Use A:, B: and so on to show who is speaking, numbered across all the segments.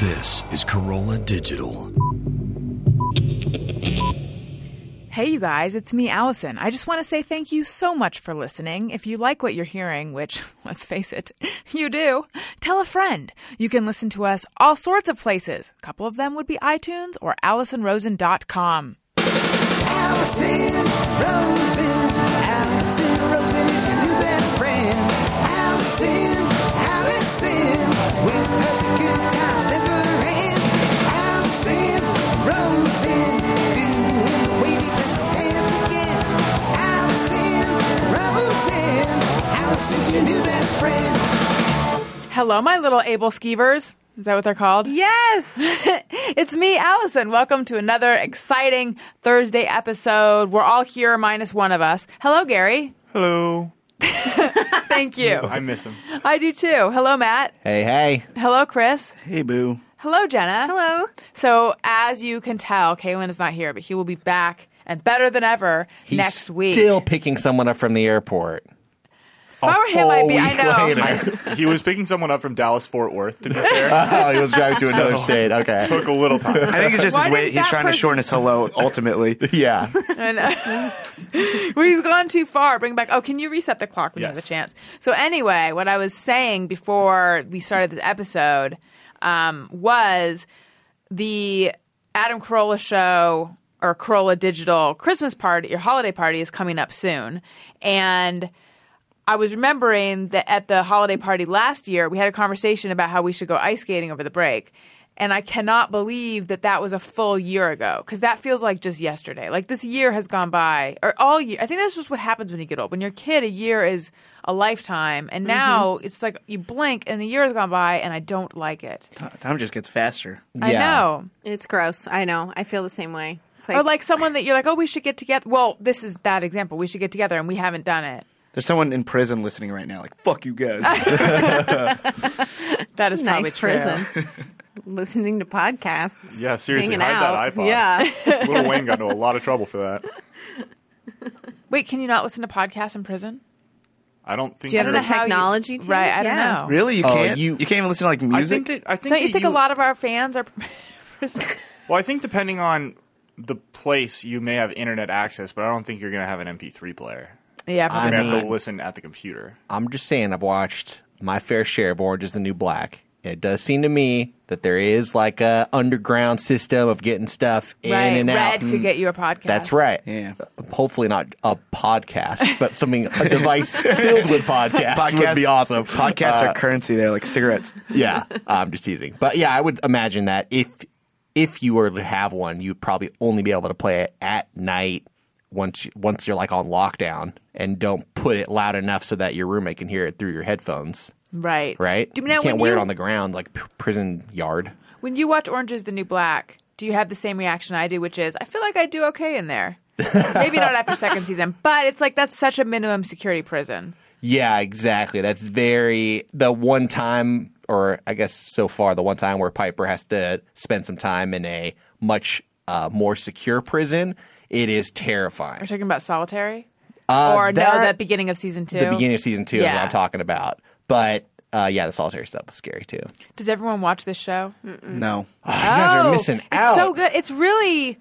A: This is Corolla Digital.
B: Hey, you guys, it's me, Allison. I just want to say thank you so much for listening. If you like what you're hearing, which, let's face it, you do, tell a friend. You can listen to us all sorts of places. A couple of them would be iTunes or AllisonRosen.com.
C: Allison Rosen. Allison Rosen is your new best friend. Allison, Allison, with her good times never end. Allison Rosen, doing the wavy pencil dance again. Allison Rosen, Allison's your new best friend.
B: Hello, my little able skeevers. Is that what they're called? Yes! it's me, Allison. Welcome to another exciting Thursday episode. We're all here, minus one of us. Hello, Gary.
D: Hello.
B: Thank you.
D: I miss him.
B: I do too. Hello, Matt.
E: Hey, hey.
B: Hello, Chris.
D: Hey, boo.
B: Hello, Jenna.
F: Hello.
B: So, as you can tell, Kaylin is not here, but he will be back and better than ever
E: He's
B: next week.
E: Still picking someone up from the airport.
B: if I were him, I'd be. I know.
D: he was picking someone up from Dallas Fort Worth. To be fair,
E: Oh, he was driving to another state. Okay.
D: took a little time.
G: I think it's just
B: Why
G: his way.
B: didn't
G: He's
B: that
G: trying to
B: person-
G: shorten his hello. Ultimately,
E: Yeah.
B: And, uh, he's gone too far. Bring back. Oh, can you reset the clock when you have a
D: Yes.
B: chance? So anyway, what I was saying before we started this episode um, was the Adam Carolla show or Carolla Digital Christmas party, your holiday party is coming up soon, and. I was remembering that at the holiday party last year, we had a conversation about how we should go ice skating over the break. And I cannot believe that that was a full year ago because that feels like just yesterday. Like this year has gone by, or all year. I think that's just what happens when you get old. When you're a kid, a year is a lifetime. And
F: Mm-hmm.
B: now it's like you blink and the year has gone by and I don't like it.
G: time just gets faster.
B: I
E: Yeah.
B: know.
F: It's gross. I know. I feel the same way. It's like,
B: Or like someone that you're like, oh, we should get together. Well, this is that example. We should get together and we haven't done it.
G: There's someone in prison listening right now. Like, fuck you guys.
B: That
F: it's
B: is probably
F: a nice
B: true.
F: prison. Listening to podcasts.
D: Yeah, seriously,
F: hanging
D: hide that
F: out.
D: iPod.
F: Yeah.
D: Little Wayne got into a lot of trouble for that.
B: Wait, can you not listen to podcasts in prison?
D: I don't think.
F: Do you have
D: you're-
F: the
B: how you-
F: technology? to
B: Right, I don't
F: Yeah.
B: know.
G: really? You
E: Oh,
G: can't.
E: you-
G: You, can't even listen to like
D: I
G: music.
D: think that I think
B: Don't you
D: that
B: think a lot of our fans are?
D: Well, I think depending on the place, you may have internet access, but I don't think you're going to have an MP3 player.
B: yeah,
D: You're
B: probably.
D: going to have to
E: mean-
D: listen at the computer.
E: I'm just saying, I've watched my fair share of Orange is the New Black. It does seem to me that there is like a underground system of getting stuff in
B: right.
E: and out.
B: Red could get you a podcast.
E: That's right.
G: Yeah.
E: Hopefully not a podcast, but something a device filled with podcasts would be awesome.
G: Podcasts
E: Uh,
G: are currency. They're like cigarettes.
E: yeah, uh, I'm just teasing. But yeah, I would imagine that if if you were to have one, you'd probably only be able to play it at night once you, once you're like on lockdown and don't put it loud enough so that your roommate can hear it through your headphones,
B: Right.
E: right?
B: Do,
E: you
B: now,
E: can't
B: when
E: wear
B: you,
E: it on the ground like p- prison yard.
B: When you watch Orange is the New Black, do you have the same reaction I do, which is I feel like I do okay in there. Maybe not after second season, but it's like that's such a minimum security prison.
E: Yeah, exactly. That's very the one time or I guess so far the one time where Piper has to spend some time in a much uh, more secure prison. It is terrifying.
B: We're talking about solitary, or no,
E: Uh, that-
B: the beginning of season two.
E: the beginning of season two is what
B: Yeah.
E: I'm talking about. But uh, yeah, the solitary stuff was scary too.
B: Does everyone watch this show?
E: Mm.
G: No.
E: you guys
B: Oh,
E: are missing out.
B: It's so good. It's really.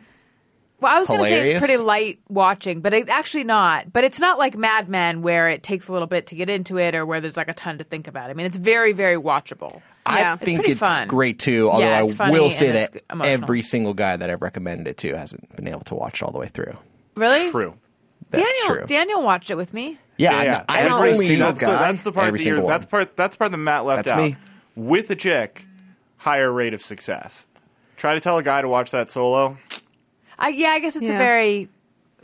B: Well, I was going to say it's
E: Hilarious?
B: pretty light watching, but it's actually not. But it's not like Mad Men where it takes a little bit to get into it or where there's like a ton to think about. I mean, it's very, very watchable.
E: I
F: Yeah. It's
E: think
B: pretty
E: it's,
B: fun.
E: great too. Although
B: Yeah,
E: I
B: it's funny
E: will
B: and
E: say
B: it's
E: that
B: emotional.
E: every single guy that I've recommended it to hasn't been able to watch it all the way through.
B: Really?
D: True.
E: That's
B: Daniel,
E: true.
B: Daniel watched it with me.
E: yeah, I, I
D: Every
E: only
D: single that's the,
G: guy.
D: that's the part
E: Every
D: that you're,
E: single one.
D: that's part that's part that Matt left
G: That's
D: out.
G: me.
D: With a chick, higher rate of success. Try to tell a guy to watch that solo.
B: I, yeah, I guess it's a
F: Yeah.
B: very,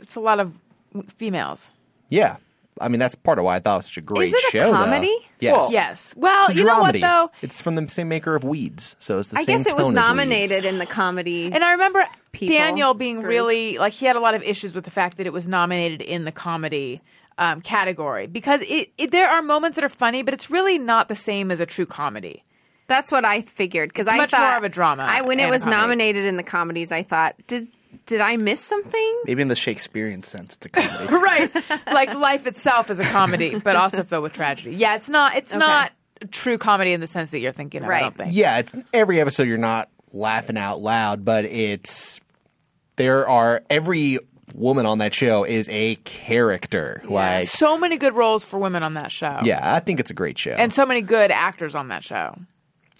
B: it's a lot of w- females.
E: yeah. I mean, that's part of why I thought it was such a great
F: it a
E: show. though.
F: comedy?
E: Yes.
B: Yes. Well,
E: It's a
B: you know what
E: dramedy.
B: though,
E: It's from the same maker of Weeds, so it's the
F: I
E: same
F: guess it was
E: tone as Weeds.
F: nominated in the comedy.
B: and I remember
F: People
B: Daniel being
F: group.
B: really like he had a lot of issues with the fact that it was nominated in the comedy um, category because it, it there are moments that are funny, but it's really not the same as a true comedy.
F: That's what I figured because
B: It's
F: I
B: much
F: thought
B: more of a drama
F: I when it
B: and a
F: was
B: comedy.
F: nominated in the comedies, I thought did did I miss something?
G: Maybe in the Shakespearean sense, it's a comedy.
B: Right, like life itself is a comedy, but also filled with tragedy. Yeah, it's not. It's not true comedy in the sense that you're thinking of. I don't
F: Right.
B: think.
E: Yeah, it's, every episode you're not laughing out loud, but it's there are every woman on that show is a character. Like,
B: So many good roles for women on that show.
E: yeah, I think it's a great show.
B: And so many good actors on that show.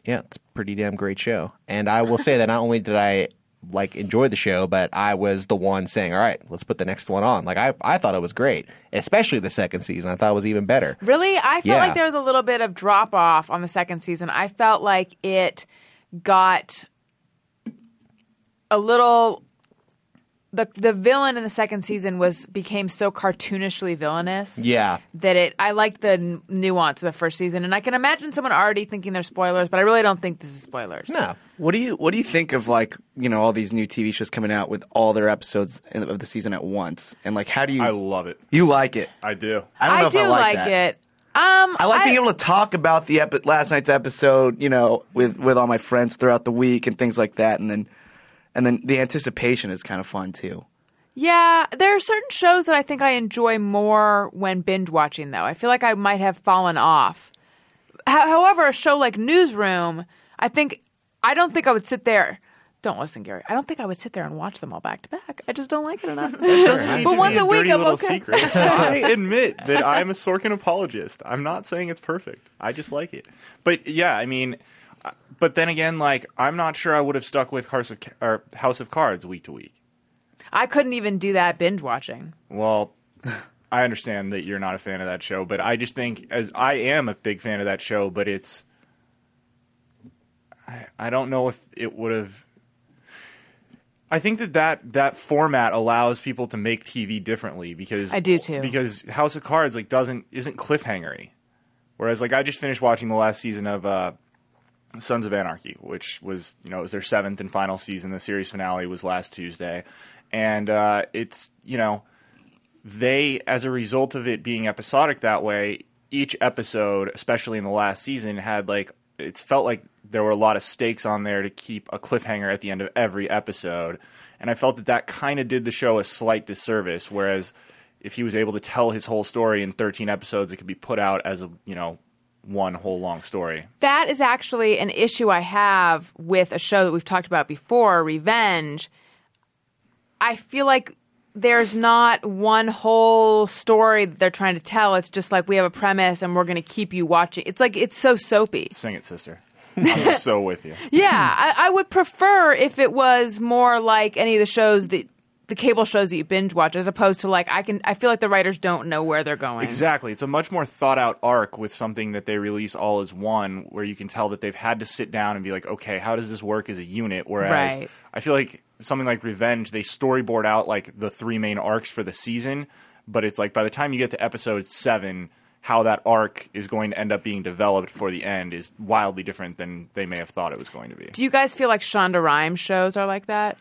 E: yeah, it's a pretty damn great show. And I will say that not only did I like enjoy the show, but I was the one saying, "All right, let's put the next one on." Like, I I thought it was great, especially the second season. I thought it was even better.
B: Really? I felt
E: Yeah.
B: like there was a little bit of drop off on the second season. I felt like it got a little the the villain in the second season was became so cartoonishly villainous.
E: Yeah,
B: That it, I liked the n- nuance of the first season, and I can imagine someone already thinking they're spoilers, but I really don't think this is spoilers.
E: no,
G: What do you What do you think of like you know all these new TV shows coming out with all their episodes in- of the season at once? And like, how do you
D: I love it.
G: you like it?
D: I do.
G: I don't know if
B: do
G: I like, that.
B: it. Um,
G: I like being able to talk about the epi- last night's episode, you know, with with all my friends throughout the week and things like that, and then and then the anticipation is kind of fun too.
B: Yeah, there are certain shows that I think I enjoy more when binge watching, though. I feel like I might have fallen off. Ho- however, a show like Newsroom, I think I don't think I would sit there. Don't listen, Gary. I don't think I would sit there and watch them all back to back. I just don't like it enough. but once a week,
D: Dirty
B: I'm
D: little
B: okay.
D: secret. I admit that I'm a Sorkin apologist. I'm not saying it's perfect. I just like it. But yeah, I mean, uh, but then again, like I'm not sure I would have stuck with House of, Ca- or House of Cards week to week.
B: I couldn't even do that binge watching.
D: Well, I understand that you're not a fan of that show, but I just think as I am a big fan of that show, but it's I, I don't know if it would have I think that, that that format allows people to make TV differently because
B: I do too.
D: Because House of Cards like doesn't isn't cliffhangery. Whereas like I just finished watching the last season of uh Sons of Anarchy, which was you know it was their seventh and final season. The series finale was last Tuesday, and uh, it's you know they as a result of it being episodic that way, each episode, especially in the last season, had like it's felt like there were a lot of stakes on there to keep a cliffhanger at the end of every episode, and I felt that that kind of did the show a slight disservice. Whereas if he was able to tell his whole story in 13 episodes, it could be put out as a you know one whole long story.
B: that is actually an issue I have with a show that we've talked about before, Revenge. I feel like there's not one whole story that they're trying to tell. It's just like we have a premise and we're going to keep you watching. It's like it's so soapy.
D: Sing it, sister. I'm so with you.
B: Yeah, I, I would prefer if it was more like any of the shows that the cable shows that you binge watch, as opposed to like I can. I feel like the writers don't know where they're going.
D: Exactly. It's a much more thought out arc with something that they release all as one, where you can tell that they've had to sit down and be like, okay, how does this work as a unit? Whereas
B: Right.
D: I feel like something like Revenge, they storyboard out like the three main arcs for the season, but it's like by the time you get to episode seven, how that arc is going to end up being developed for the end is wildly different than they may have thought it was going to be.
B: Do you guys feel like Shonda Rhimes shows are like that?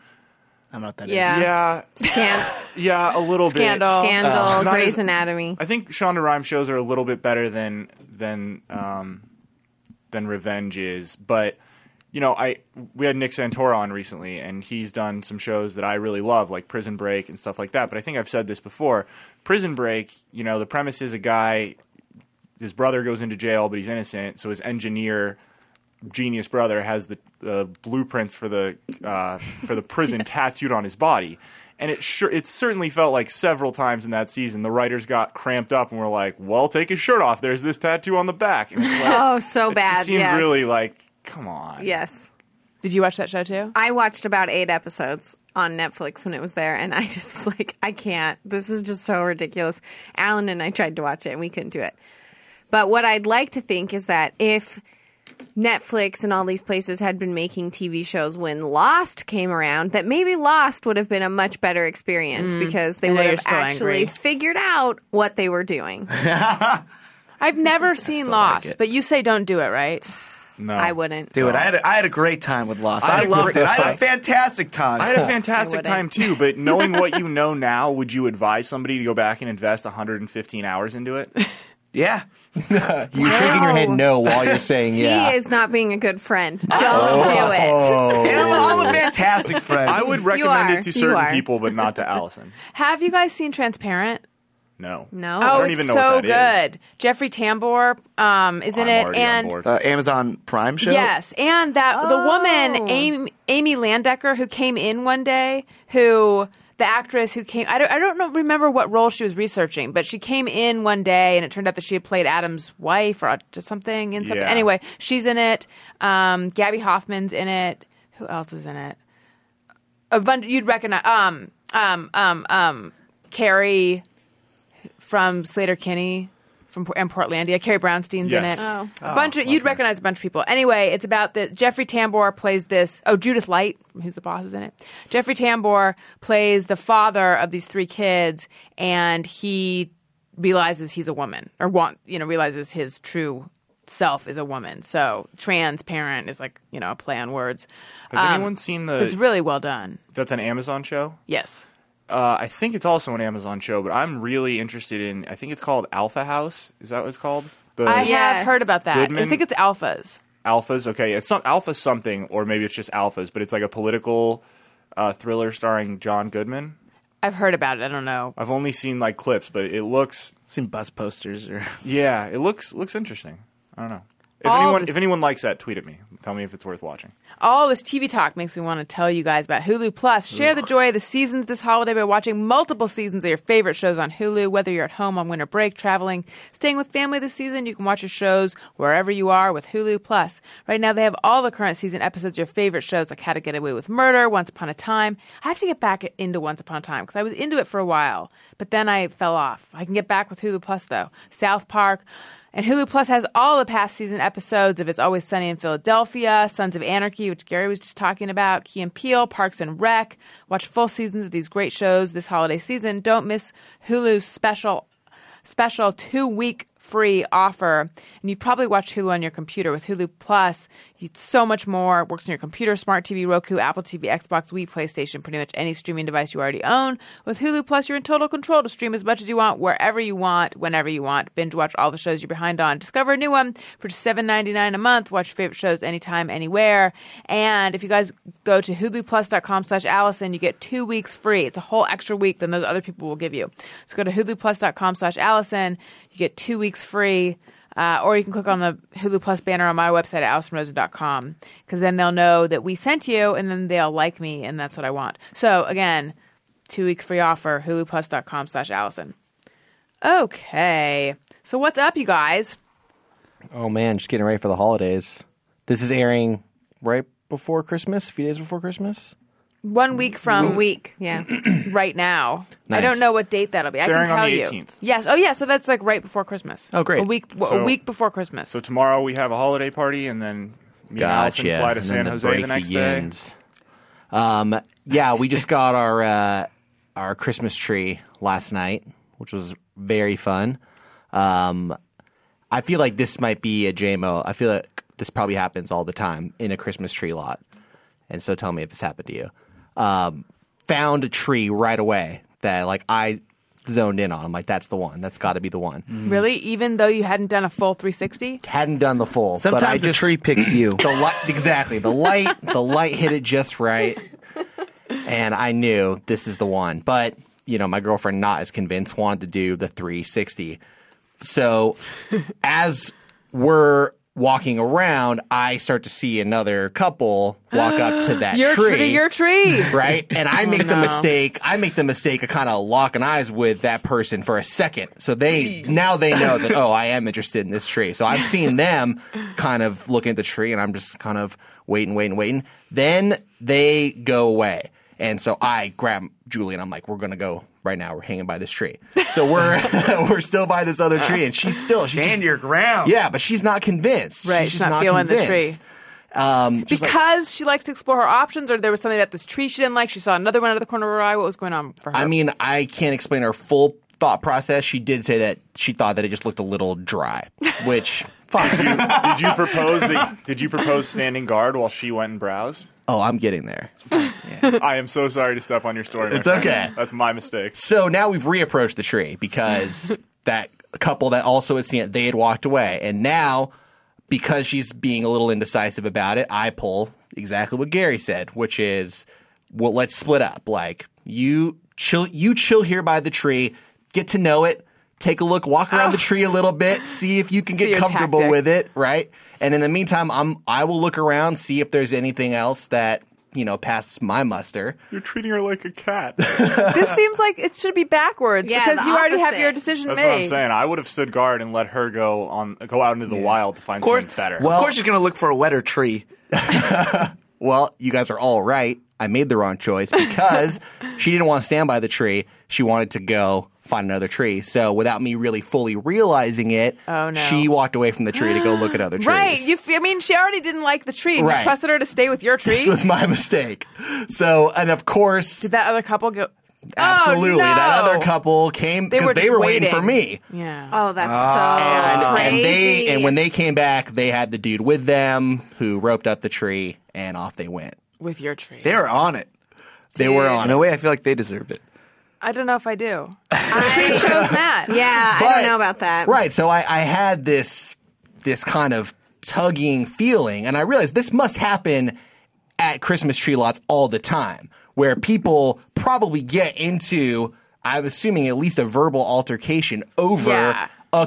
G: I don't know what that is.
F: Yeah.
D: Yeah,
F: Scan-
D: yeah, a little bit.
B: Scandal.
F: Scandal,
D: Uh, not
F: Grey's
D: as-
F: Anatomy.
D: I think Shonda Rhimes shows are a little bit better than than um, than Revenge is, but you know, I we had Nick Santora on recently, and he's done some shows that I really love, like Prison Break and stuff like that. But I think I've said this before. Prison Break, you know, the premise is a guy, his brother goes into jail, but he's innocent, so his engineer genius brother has the uh, blueprints for the uh, for the prison tattooed on his body. And it sure it certainly felt like several times in that season the writers got cramped up and were like, "Well, take his shirt off. There's this tattoo on the back." And it's like,
F: Oh, so
D: it
F: bad.
D: Just seemed
F: yes.
D: really like, come on.
F: yes.
B: Did you watch that show too?
F: I watched about eight episodes on Netflix when it was there, and I just like I can't. This is just so ridiculous. Alan and I tried to watch it, and we couldn't do it. But what I'd like to think is that if Netflix and all these places had been making TV shows when Lost came around, that maybe Lost would have been a much better experience because they
B: Mm. know
F: would
B: you're
F: have
B: still
F: actually
B: angry.
F: figured out what they were doing.
B: I've never seen Lost, but you say don't do it, right?
D: No.
F: I wouldn't.
G: Dude, I had a, I had a great time with Lost.
D: I
G: I,
D: had a
G: loved
D: great-
G: it. I had a fantastic time.
D: I had a fantastic
F: wouldn't.
D: time too, but knowing what you know now, would you advise somebody to go back and invest 115 hours into it?
G: yeah.
E: you're shaking your head no while you're saying yeah.
F: He is not being a good friend. Don't do it.
E: Oh.
G: And I'm, I'm a fantastic friend.
D: I would recommend
F: are.
D: it to
F: You
D: certain
F: are.
D: people, but not to Allison.
B: Have you guys seen Transparent?
D: No.
F: No.
B: Oh,
D: I don't
B: it's
D: even know
B: so
D: what that
B: good. Jeffrey Tambor um, is
D: is.
B: in
D: I'm
B: it,
D: already on
B: and
D: board.
G: Uh, Amazon Prime show.
B: Yes, and that the
F: Oh.
B: woman Amy, Amy Landecker who came in one day, who the actress who came I don't I don't know, remember what role she was researching, but she came in one day and it turned out that she had played Adam's wife or just something in something.
D: Yeah.
B: Anyway, she's in it. Um, Gabby Hoffman's in it. Who else is in it? A bunch you'd recognize um um um um Carrie from Slater Kinney from Por- and Portlandia. Carrie Brownstein's in
D: Yes.
B: it.
D: Oh.
B: A bunch of you'd recognize a bunch of people. Anyway, it's about the Jeffrey Tambor plays this. Oh, Judith Light, who's the boss, is in it. Jeffrey Tambor plays the father of these three kids, and he realizes he's a woman, or want you know realizes his true self is a woman. So transparent is like you know a play on words.
D: Has
B: Um,
D: anyone seen the?
B: It's really well done.
D: that's an Amazon show.
B: Yes.
D: Uh, I think it's also an Amazon show, but I'm really interested in. I think it's called Alpha House. Is that what it's called? The
B: I
F: Yes.
B: have heard about that. I
D: Goodman-
B: think it's alphas.
D: Alphas. Okay, it's some Alpha something, or maybe it's just Alphas, but it's like a political uh, thriller starring John Goodman.
B: I've heard about it. I don't know.
D: I've only seen like clips, but it looks
G: Seen bus posters or
D: yeah, it looks looks interesting. I don't know. If
B: All
D: anyone
B: this-
D: if anyone likes that, tweet at me. Tell me if it's worth watching.
B: All this TV talk makes me want to tell you guys about Hulu Plus. Share the joy of the seasons this holiday by watching multiple seasons of your favorite shows on Hulu. Whether you're at home on winter break, traveling, staying with family this season, you can watch your shows wherever you are with Hulu Plus. Right now, they have all the current season episodes of your favorite shows like How to Get Away with Murder, Once Upon a Time. I have to get back into Once Upon a Time because I was into it for a while, but then I fell off. I can get back with Hulu Plus though. South Park. And Hulu Plus has all the past season episodes of It's Always Sunny in Philadelphia, Sons of Anarchy, which Gary was just talking about, Key and Peele, Parks and Rec. Watch full seasons of these great shows this holiday season. Don't miss Hulu's special special two week free offer. And you probably watch Hulu on your computer with Hulu Plus. You, so much more. It works on your computer, smart TV, Roku, Apple TV, Xbox, Wii, PlayStation, pretty much any streaming device you already own. With Hulu Plus, you're in total control to stream as much as you want, wherever you want, whenever you want. Binge watch all the shows you're behind on. Discover a new one for just $7.99 a month. Watch your favorite shows anytime, anywhere. And if you guys go to huluplus.com slash Allison, you get two weeks free. It's a whole extra week than those other people will give you. So go to huluplus.com slash Allison. You get two weeks free. Uh, or you can click on the Hulu Plus banner on my website at AllisonRosen.com because then they'll know that we sent you and then they'll like me and that's what I want. So again, two week free offer, huluplus.com slash Allison. Okay. So what's up, you guys?
E: Oh man, just getting ready for the holidays. This is airing right before Christmas, a few days before Christmas. Mm,
B: One week from
F: Week, yeah.
B: right now. I
E: Nice.
B: don't know what date that'll be. I can
D: airing on
B: tell
D: the
B: you.
D: 18th.
B: Yes. Oh, yeah. So that's like right before Christmas.
E: Oh, great.
B: A week. w- a
D: So-
B: week before Christmas.
D: So tomorrow we have a holiday party, and then me and Allison fly to
E: And
D: San
E: then
D: Jose
E: break
D: the next day.
E: begins. Um, yeah, we just got our uh, our Christmas tree last night, which was very fun. Um, I feel like this might be a JMO. I feel like this probably happens all the time in a Christmas tree lot. And so tell me if this happened to you. Um, found a tree right away that like I zoned in on. I'm like, that's the one. That's got to be the one.
B: Mm. really, even though you hadn't done a full 360,
E: Hadn't done the full. but I
G: sometimes the
E: just,
G: tree picks you.
E: the light exactly the light the light hit it just right and i knew this is the one but you know my girlfriend not as convinced wanted to do the 360 so as we're walking around i start to see another couple walk up to that
B: your
E: tree,
B: tree, your tree.
E: right and i make the
B: Oh, no.
E: mistake i make the mistake of kind of locking eyes with that person for a second so they now they know that oh i am interested in this tree so i'm seeing them kind of looking at the tree and i'm just kind of waiting waiting waiting then they go away and so i grab julie and i'm like we're gonna go right now we're hanging by this tree so we're we're still by this other tree and she's still she's just,
G: Stand your ground.
E: yeah but she's not convinced
B: Right,
E: she's,
B: she's
E: just
B: not
E: not
B: feeling the
E: convinced. Um,
B: tree. because she likes to explore her options, or there was something about this tree she didn't like. She saw another one out of the corner of her eye. What was going on for her?
E: I mean, I can't explain her full thought process. She did say that she thought that it just looked a little dry, which fine.
D: Did you propose? That, did you propose standing guard while she went and browsed?
E: oh, I'm getting there.
D: I am so sorry to step on your story. my
E: It's
D: friend.
E: okay.
D: That's my mistake.
E: So now we've reapproached the tree because that couple that also had seen it, they had walked away, and now because she's being a little indecisive about it, I pull exactly what Gary said, which is, well, let's split up. Like you chill, you chill here by the tree, get to know it. take a look, walk around the tree a little bit, see if you can
B: Oh. See
E: get
B: your
E: comfortable
B: tactic.
E: with it, right? And in the meantime, I'm I will look around, see if there's anything else that you know passes my muster.
D: You're treating her like a cat.
B: this seems like it should be backwards
F: Yeah,
B: because
F: the
B: you already have
F: opposite.
B: your decision
D: That's
B: made.
D: what I'm saying. I would have stood guard and let her go on go out into the wild to find
G: course-
D: something better.
E: Well-
G: of course, she's going to look for a wetter tree.
E: Well, you guys are all right. I made the wrong choice because she didn't want to stand by the tree. She wanted to go find another tree. So without me really fully realizing it,
B: Oh, no.
E: she walked away from the tree to go look at other trees.
B: Right. You f- I mean, she already didn't like the tree.
E: Right.
B: You trusted her to stay with your tree.
E: this was my mistake. So, and of course,
B: Did that other couple go?
E: Absolutely.
B: Oh, no.
E: That other couple came
B: They
E: because
B: were
E: they,
B: just
E: were waiting. for me. Um,
B: Yeah.
F: Oh, that's so crazy.
E: And they and when they came back, they had the dude with them who roped up the tree and off they went.
B: With your tree.
G: They were on it.
E: They were
F: Dude.
E: on
G: In
E: it.
G: a way, I feel like they deserved it.
B: I don't know if I do. The tree chose Matt.
F: yeah, I
E: But-
F: don't know about that.
E: Right. So I, I had this this kind of tugging feeling, and I realized this must happen at Christmas tree lots all the time, where people probably get into, I'm assuming, at least a verbal altercation over
B: Yeah.
E: a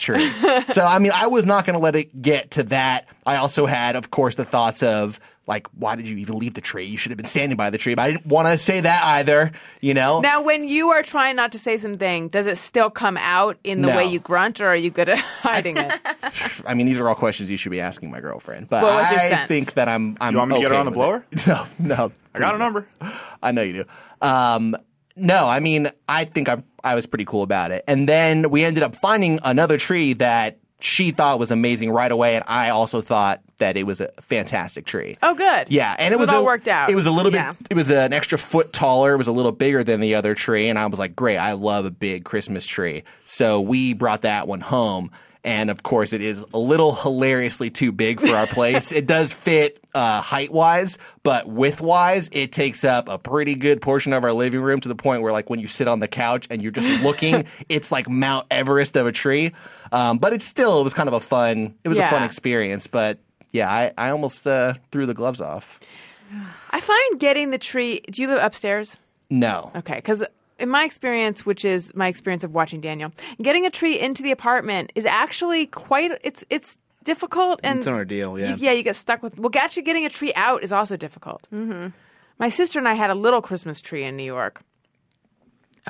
E: tree. so I mean, I was not going to let it get to that. I also had, of course, the thoughts of. Like, why did you even leave the tree? You should have been standing by the tree. But I didn't want to say that either, you know?
B: Now, when you are trying not to say something, does it still come out in the
E: No.
B: way you grunt, or are you good at hiding it?
E: I mean, these are all questions you should be asking my girlfriend. But
B: What was your
E: I
B: sense?
E: think that I'm. I'm
D: You want me to get
E: okay
D: her on the
E: with
D: blower?
E: it. No, no.
D: I got a number.
E: I know you do. Um, no, I mean, I think I'm. I was pretty cool about it. And then we ended up finding another tree that she thought was amazing right away, and I also thought that it was a fantastic tree.
B: Oh, good.
E: Yeah, and
B: So
E: it was
B: all
E: a-
B: worked out.
E: It was a little bit.
F: Yeah.
E: It was an extra foot taller. It was a little bigger than the other tree, and I was like, "Great! I love a big Christmas tree." So we brought that one home, and of course, it is a little hilariously too big for our place. it does fit uh, height wise, but width wise, it takes up a pretty good portion of our living room to the point where, like, when you sit on the couch and you're just looking, it's like Mount Everest of a tree. Um, but it's still it was kind of a fun. It was a fun
B: Yeah.
E: experience, but. Yeah, I, I almost uh, threw the gloves off.
B: I find getting the tree. Do you live upstairs?
E: No.
B: Okay, because in my experience, which is my experience of watching Daniel, getting a tree into the apartment is actually quite. It's it's difficult and
G: It's an ordeal, yeah.
B: You, yeah, you get stuck with. Well, actually, getting a tree out is also difficult. Mm-hmm. My sister and I had a little Christmas tree in New York.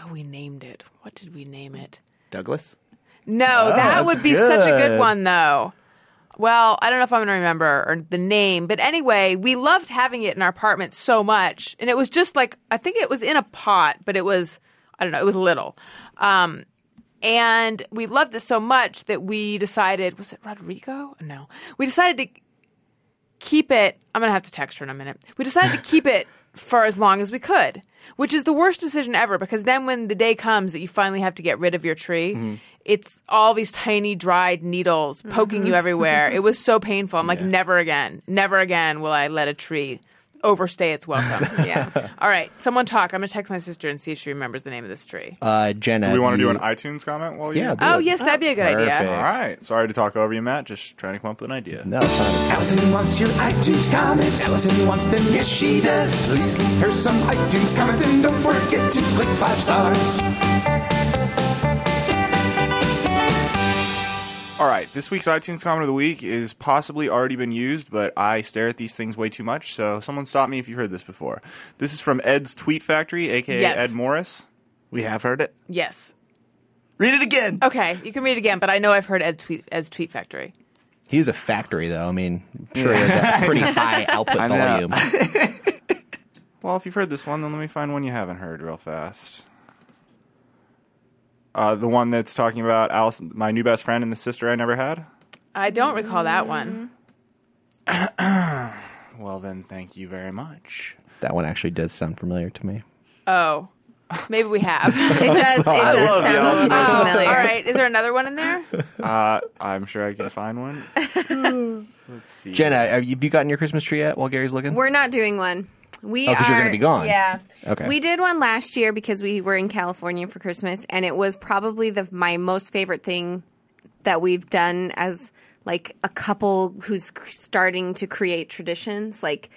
B: Oh, we named it. What did we name it?
G: Douglas?
B: No, that
E: Oh, that's
B: would be such a
E: good.
B: good one, though. Well, I don't know if I'm going to remember or the name, but anyway, we loved having it in our apartment so much, and it was just like I think it was in a pot, but it was I don't know, it was little, um, and we loved it so much that we decided was it Rodrigo? No, we decided to keep it. I'm going to have to text her in a minute. We decided to keep it for as long as we could, which is the worst decision ever because then when the day comes that you finally have to get rid of your tree,
E: Mm-hmm.
B: it's all these tiny dried needles poking you everywhere. it was so painful. I'm like, never again, never again will I let a tree overstay its welcome. yeah. All right. Someone talk. I'm going to text my sister and see if she remembers the name of this tree.
E: Uh, Jenna.
D: Do we want to do
E: you-
D: an iTunes comment while you?
E: Yeah,
B: oh, yes, that'd be a good
E: Perfect.
B: idea.
D: All right. Sorry to talk over you, Matt. Just trying to come up with an idea.
E: No, it's not.
C: Allison wants your iTunes comments. Allison wants them, yes she does. Please leave her some iTunes comments and don't forget to click five stars.
D: All right. This week's iTunes comment of the week is possibly already been used, but I stare at these things way too much. So someone stop me if you heard this before. This is from Ed's Tweet Factory, aka
B: Yes.
D: Ed Morris.
G: We have heard it.
B: Yes.
G: Read it again.
B: Okay. You can read it again, but I know I've heard Ed tweet, Ed's Tweet Factory.
E: He's a factory, though. I mean, I'm sure he has a pretty high output
G: know.
E: volume.
D: Well, if you've heard this one, then let me find one you haven't heard real fast. Uh, the one that's talking about Allison, my new best friend and the sister I never had.
B: I don't recall that one.
D: Well, then, thank you very much.
E: That one actually does sound familiar to me.
B: Oh, maybe we have.
F: It does. It does
D: love
F: sound
D: y'all.
F: a little bit
B: Oh,
F: familiar.
B: All right. Is there another one in there?
D: Uh, I'm sure I can find one. Let's see.
E: Jenna, have you, have you gotten your Christmas tree yet? While Gary's looking,
F: We're not doing one. We
E: Oh,
F: are
E: 'cause you're gonna be gone.
F: Yeah.
E: Okay.
F: We did one last year because we were in California for Christmas, and it was probably the my most favorite thing that we've done as like a couple who's cr- starting to create traditions. Like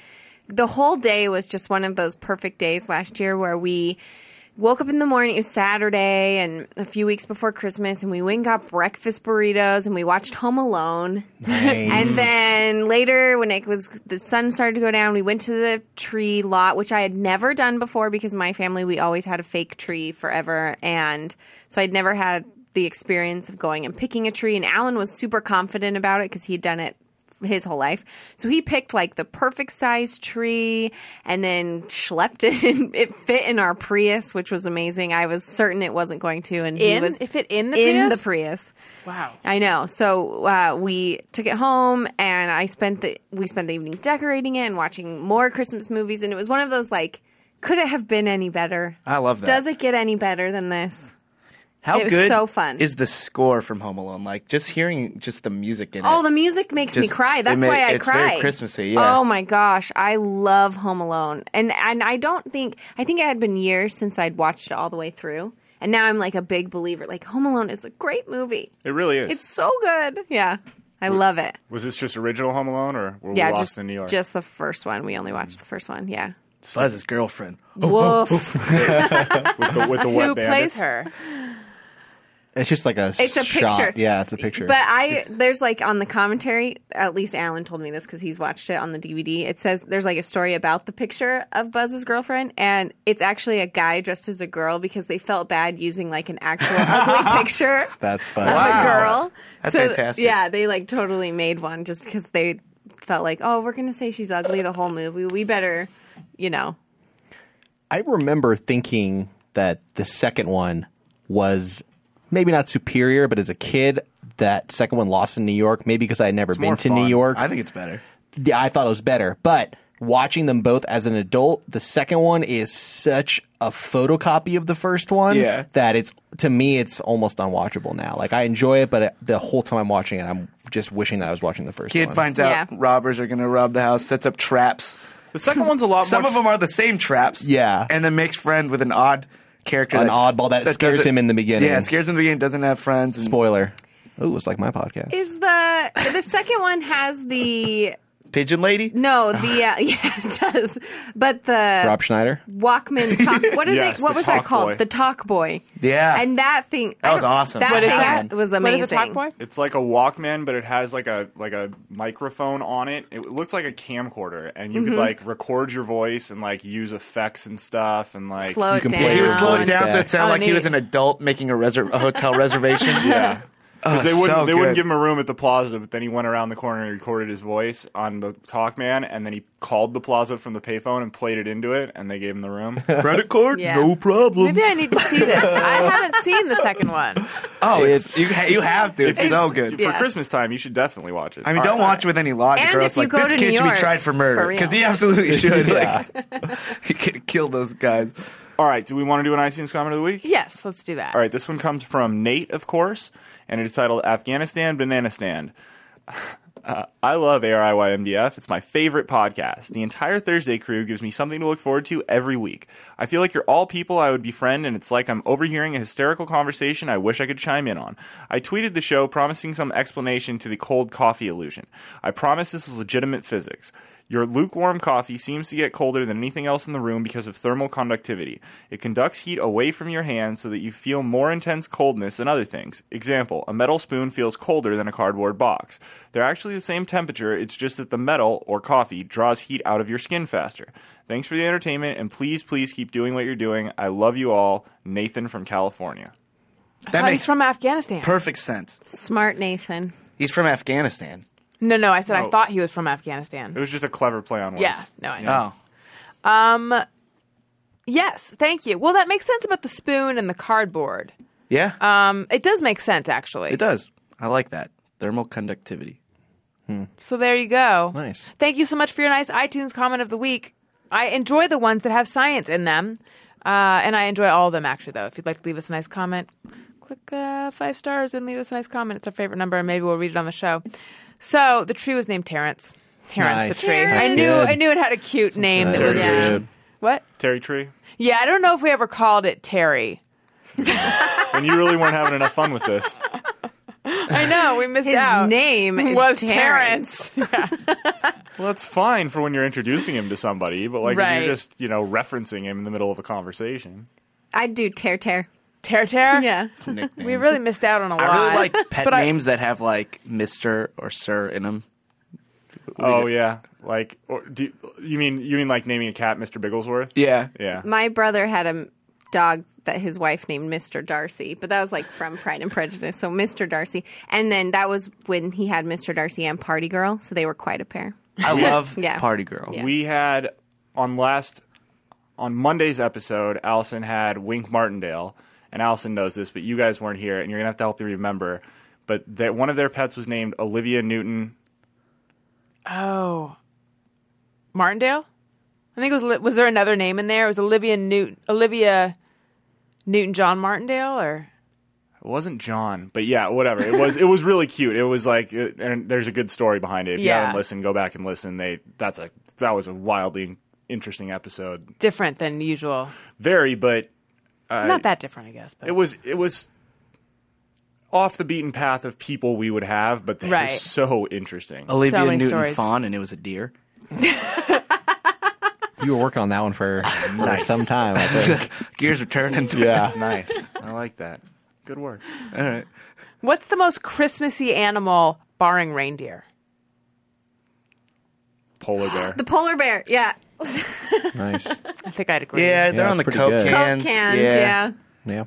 F: the whole day was just one of those perfect days last year where we woke up in the morning. It was Saturday and a few weeks before Christmas, and we went and got breakfast burritos and we watched Home Alone. And then later, when it was the sun started to go down, we went to the tree lot, which I had never done before because my family we always had a fake tree forever, and so I'd never had the experience of going and picking a tree. And Alan was super confident about it because he'd done it his whole life. So he picked like the perfect size tree and then schlepped it in. It fit in our Prius, which was amazing. I was certain it wasn't going to, and
B: In?
F: he was
B: It fit in the
F: in
B: Prius?
F: the Prius.
B: Wow.
F: I know. So uh, we took it home, and I spent the we spent the evening decorating it and watching more Christmas movies, and it was one of those like, could it have been any better?
G: I love that.
F: Does it get any better than this?
G: How
F: It was
G: good
F: so fun.
G: is the score from Home Alone? Like just hearing just the music in it.
F: Oh, the music makes me
G: Just-
F: cry.
G: it
F: That's
G: ma-
F: why I
G: it's
F: cry.
G: very Christmassy, yeah.
F: Oh my gosh, I love Home Alone, and and I don't think I think it had been years since I'd watched it all the way through, and now I'm like a big believer. Like Home Alone is a great movie.
D: It really is.
F: It's so good. Yeah, I love it.
D: was this just original Home Alone, or were
F: Yeah,
D: we lost
F: just
D: in New York? Mm-hmm.
F: just the first one. We only watched the first one. Yeah.
G: Buzz's girlfriend.
F: Woof.
D: with the, with the
B: Who
D: wet
B: plays
D: bandits?
B: her?
E: It's just like a
F: It's a
E: shot.
F: picture.
E: Yeah, it's a picture.
F: But I there's like on the commentary, at least Alan told me this because he's watched it on the DVD. It says there's like a story about the picture of Buzz's girlfriend, and it's actually a guy dressed as a girl because they felt bad using like an actual ugly picture
E: That's fun.
F: of a girl.
G: That's fantastic.
F: Yeah, they like totally made one just because they felt like, oh, we're gonna say she's ugly the whole movie. We better, you know.
E: I remember thinking that the second one was maybe not superior, but as a kid, that second one lost in New York. Maybe because I had never been
D: more
E: to New
D: fun.
E: York.
G: I think it's better.
E: yeah, I thought it was better. But watching them both as an adult, the second one is such a photocopy of the first one
G: Yeah.
E: that it's to me it's almost unwatchable now. Like I enjoy it, but it, the whole time I'm watching it, I'm just wishing that I was watching the first
G: Kid
E: one.
G: finds out
F: Yeah.
G: robbers are going to rob the house, sets up traps.
D: The second one's a lot.
G: Some
D: more
G: of them are the same traps.
E: Yeah.
G: And then makes friend with an odd character.
E: An
G: that-
E: oddball that scares
G: doesn't-
E: him in the beginning.
G: Yeah, scares him in the beginning, doesn't have friends. And
E: Spoiler. Ooh, it's like my podcast.
F: Is the the second one has the
G: Pigeon lady?
F: no the uh, yeah it does, but the
E: Rob Schneider.
F: Walkman talk. What is
D: Yes,
F: it? What
D: the
F: was that
D: Talk
F: called?
D: Boy.
F: The Talk Boy.
G: Yeah.
F: And that thing. I
G: That was
F: don't-
G: awesome.
F: That
G: What
F: thing
G: is that?
F: was amazing.
B: What is a talk boy?
D: It's like a Walkman, but it has like a like a microphone on it. It looks like a camcorder, and you
F: Mm-hmm.
D: could like record your voice and like use effects and stuff, and like
F: Slow
E: You
F: it
E: can
F: down.
E: play
G: he would slow it
E: Flashback.
G: down so it sounded
B: Oh,
G: like he
B: neat.
G: was an adult making a, reser- a hotel reservation.
D: yeah. Because they
G: Oh, so
D: wouldn't, they wouldn't
G: good.
D: give him a room at the plaza, but then he went around the corner and recorded his voice on the Talkman, and then he called the plaza from the payphone and played it into it, and they gave him the room.
G: Credit card?
F: Yeah.
G: problem.
B: Maybe I need to see this. I haven't seen the second one.
G: Oh, it's, you,
E: It's-
G: ha- you have to. It's,
D: It's-
G: so good.
D: for
F: Yeah.
D: Christmas time. You should definitely watch it.
G: I mean, don't watch it with any logic.
F: And
G: or
F: if
G: else,
F: you
G: like,
F: go
G: this
F: to
G: kid
F: New
G: should
F: York,
G: be tried
F: for
G: for murder
F: real.
G: because he absolutely should. Like, he could kill those guys.
D: All right, do we want to do an iTunes comment of the week?
B: Yes, let's do that.
D: All right, this one comes from Nate, of course, and it is titled Afghanistan Banana Stand. Uh, I love ARIYMDF. It's my favorite podcast. The entire Thursday crew gives me something to look forward to every week. I feel like you're all people I would befriend, and it's like I'm overhearing a hysterical conversation I wish I could chime in on. I tweeted the show promising some explanation to the cold coffee illusion. I promise this is legitimate physics. Your lukewarm coffee seems to get colder than anything else in the room because of thermal conductivity. It conducts heat away from your hand so that you feel more intense coldness than other things. Example, a metal spoon feels colder than a cardboard box. They're actually the same temperature, it's just that the metal, or coffee, draws heat out of your skin faster. Thanks for the entertainment, and please, please keep doing what you're doing. I love you all. Nathan from California.
G: That
B: Oh,
G: makes
B: he's from Afghanistan.
G: perfect sense.
F: Smart Nathan.
G: He's from Afghanistan.
B: no, no, I said I
F: Oh.
D: No.
B: thought he was from
D: It
B: Afghanistan.
D: was just a clever play on words.
B: Yeah, no, I know.
G: Oh,
B: Yes, thank you. Well, that makes sense about the spoon and the cardboard.
G: yeah,
B: Um, it does make sense actually.
G: it does. I like that thermal conductivity.
B: So there you go.
E: Nice.
B: Thank you so much for your nice iTunes comment of the week. I enjoy the ones that have science in them, uh, and I enjoy all of them actually. Though, if you'd like to leave us a nice comment, click uh, five stars and leave us a nice comment. It's our favorite number, and maybe we'll read it on the show. So the tree was named Terrence. Terrence
E: Nice.
B: the tree.
E: That's
B: I knew.
E: good.
B: I knew it had a cute name. That was,
D: Terry
F: Yeah.
D: Tree.
B: What?
D: Terry Tree.
B: Yeah, I don't know if we ever called it Terry.
D: And you really weren't having enough fun with this.
B: I know we missed
F: His
B: out.
F: name is
B: was
F: Terrence.
B: Terrence.
D: Well, that's fine for when you're introducing him to somebody, but like when
B: Right.
D: you're just you know referencing him in the middle of a conversation.
F: I'd do tear tear.
B: Tear Tear?
F: Yeah.
G: nickname.
B: We really missed out on a lot.
G: I really like pet
B: But I-
G: names that have like Mister or Sir in them.
D: Oh yeah, like or do you mean you mean like naming a cat Mr. Bigglesworth?
G: Yeah,
D: Yeah.
F: My brother had a m- dog that his wife named Mr. Darcy, but that was like from Pride and Prejudice. So Mr. Darcy. And then that was when he had Mr. Darcy and Party Girl, so they were quite a pair.
G: I love
F: Yeah.
G: Party Girl.
F: Yeah.
D: We had on last on Monday's episode, Allison had Wink Martindale, and Allison knows this, but you guys weren't here, and you're gonna have to help me remember. But that one of their pets was named Olivia Newton.
B: Oh, Martindale. I think it was. Li- Was there another name in there? It was Olivia Newton. Olivia Newton John Martindale, or
D: It wasn't John, but yeah, whatever. It was. it was really cute. It was like, it- and there's a good story behind it. If
B: Yeah.
D: you haven't listened, go back and listen. They that's a that was a wildly interesting episode.
B: different than usual.
D: Very, but
B: Not that different, I guess. But
D: it was it was off the beaten path of people we would have, but they
B: Right.
D: were so interesting.
G: Olivia
B: many
G: Newton
B: stories.
G: Fawn, and it was a deer.
E: You were working on that one for, for some time, I think.
G: Gears are turning.
D: That's nice. I like that. Good work.
B: what's the most Christmassy animal, barring reindeer?
D: Polar bear.
F: The polar bear, yeah.
E: nice.
B: I think I'd agree.
G: yeah, they're
E: Yeah, that's
G: on the
E: pretty
G: Coke
E: good. Coke
G: cans.
F: Coke cans, yeah.
E: Yeah.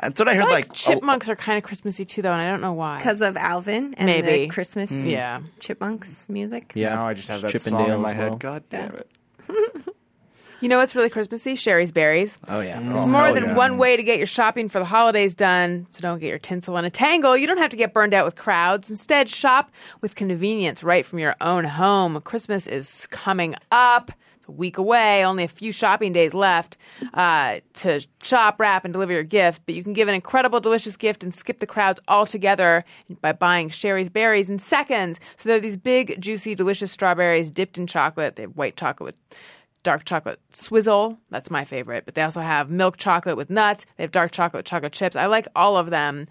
G: That's what I heard.
B: I feel
G: Like, oh,
B: like chipmunks are kind of Christmassy too, though, and I don't know why.
F: Because of Alvin and
B: Maybe.
F: the Christmas
B: yeah,
F: chipmunks music.
E: Yeah.
D: Now I just have that
E: Chippendale
D: song in my
E: as
D: head.
E: well.
D: God damn it.
B: you know what's really Christmassy? Sherry's berries.
G: oh, oh yeah.
B: There's more
D: hell
B: than
D: yeah.
B: one way to get your shopping for the holidays done, so don't get your tinsel in a tangle. You don't have to get burned out with crowds. Instead, shop with convenience right from your own home. Christmas is coming up. It's a week away, only a few shopping days left uh, to shop, wrap, and deliver your gift. But you can give an incredible, delicious gift and skip the crowds altogether by buying Sherry's berries in seconds. So they're these big, juicy, delicious strawberries dipped in chocolate. They have white chocolate dark chocolate swizzle. That's my favorite. But they also have milk chocolate with nuts. They have dark chocolate chocolate chips. I like all of them.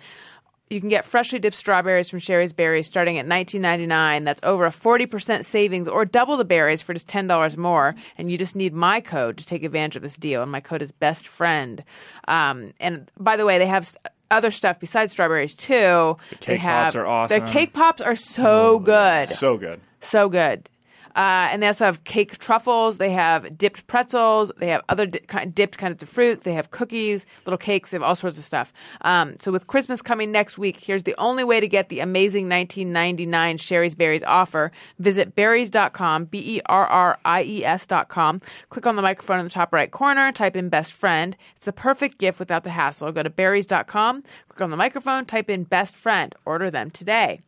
B: You can get freshly dipped strawberries from Sherry's Berries starting at $19.99. That's over a 40% savings or double the berries for just $10 more. And you just need my code to take advantage of this deal. And my code is best friend. Um, and by the way, they have s- other stuff besides strawberries too. The they
D: cake pops
B: have-
D: are
B: Their
D: awesome.
B: cake pops are so good.
D: So good.
B: So good. Uh, and they also have cake truffles. They have dipped pretzels. They have other di- kind dipped kinds of fruit. They have cookies, little cakes. They have all sorts of stuff. Um, so with Christmas coming next week, here's the only way to get the amazing 1999 Sherry's Berries offer. Visit berries.com, B-E-R-R-I-E-S E dot com. Click on the microphone in the top right corner. Type in best friend. It's the perfect gift without the hassle. Go to berries.com. Click on the microphone. Type in best friend. Order them today.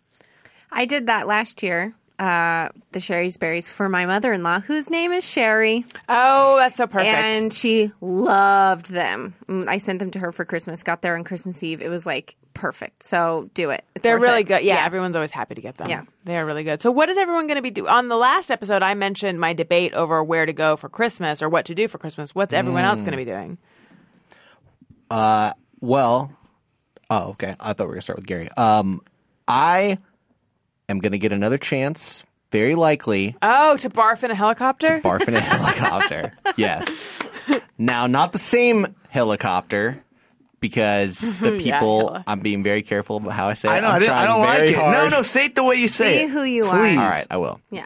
F: I did that last year, uh, the Sherry's Berries, for my mother in law, whose name is Sherry.
B: Oh, that's so perfect.
F: And she loved them. Mm, I sent them to her for Christmas, got there on Christmas Eve. It was like perfect. So do it. It's
B: They're
F: worth
B: really
F: it.
B: good. Yeah, everyone's always happy to get them.
F: Yeah.
B: They are really good. So what is everyone going to be doing? On the last episode, I mentioned my debate over where to go for Christmas or what to do for Christmas. What's everyone
E: Mm.
B: else going to be doing?
E: Well, oh, okay. I thought we were going to start with Gary. Um, I am going to get another chance, very likely,
B: Oh, to barf in a helicopter?
E: barf in a helicopter. Yes. Now, not the same helicopter because the people,
B: heli-
E: I'm being very careful about how I say it.
G: I know.
E: I'm
G: I, didn't, I
E: trying
G: don't
E: very
G: like it. No,
E: hard.
G: no. Say it the way you say
F: Be
G: it.
F: who you
G: Please.
F: are.
E: All right, I will.
F: Yeah.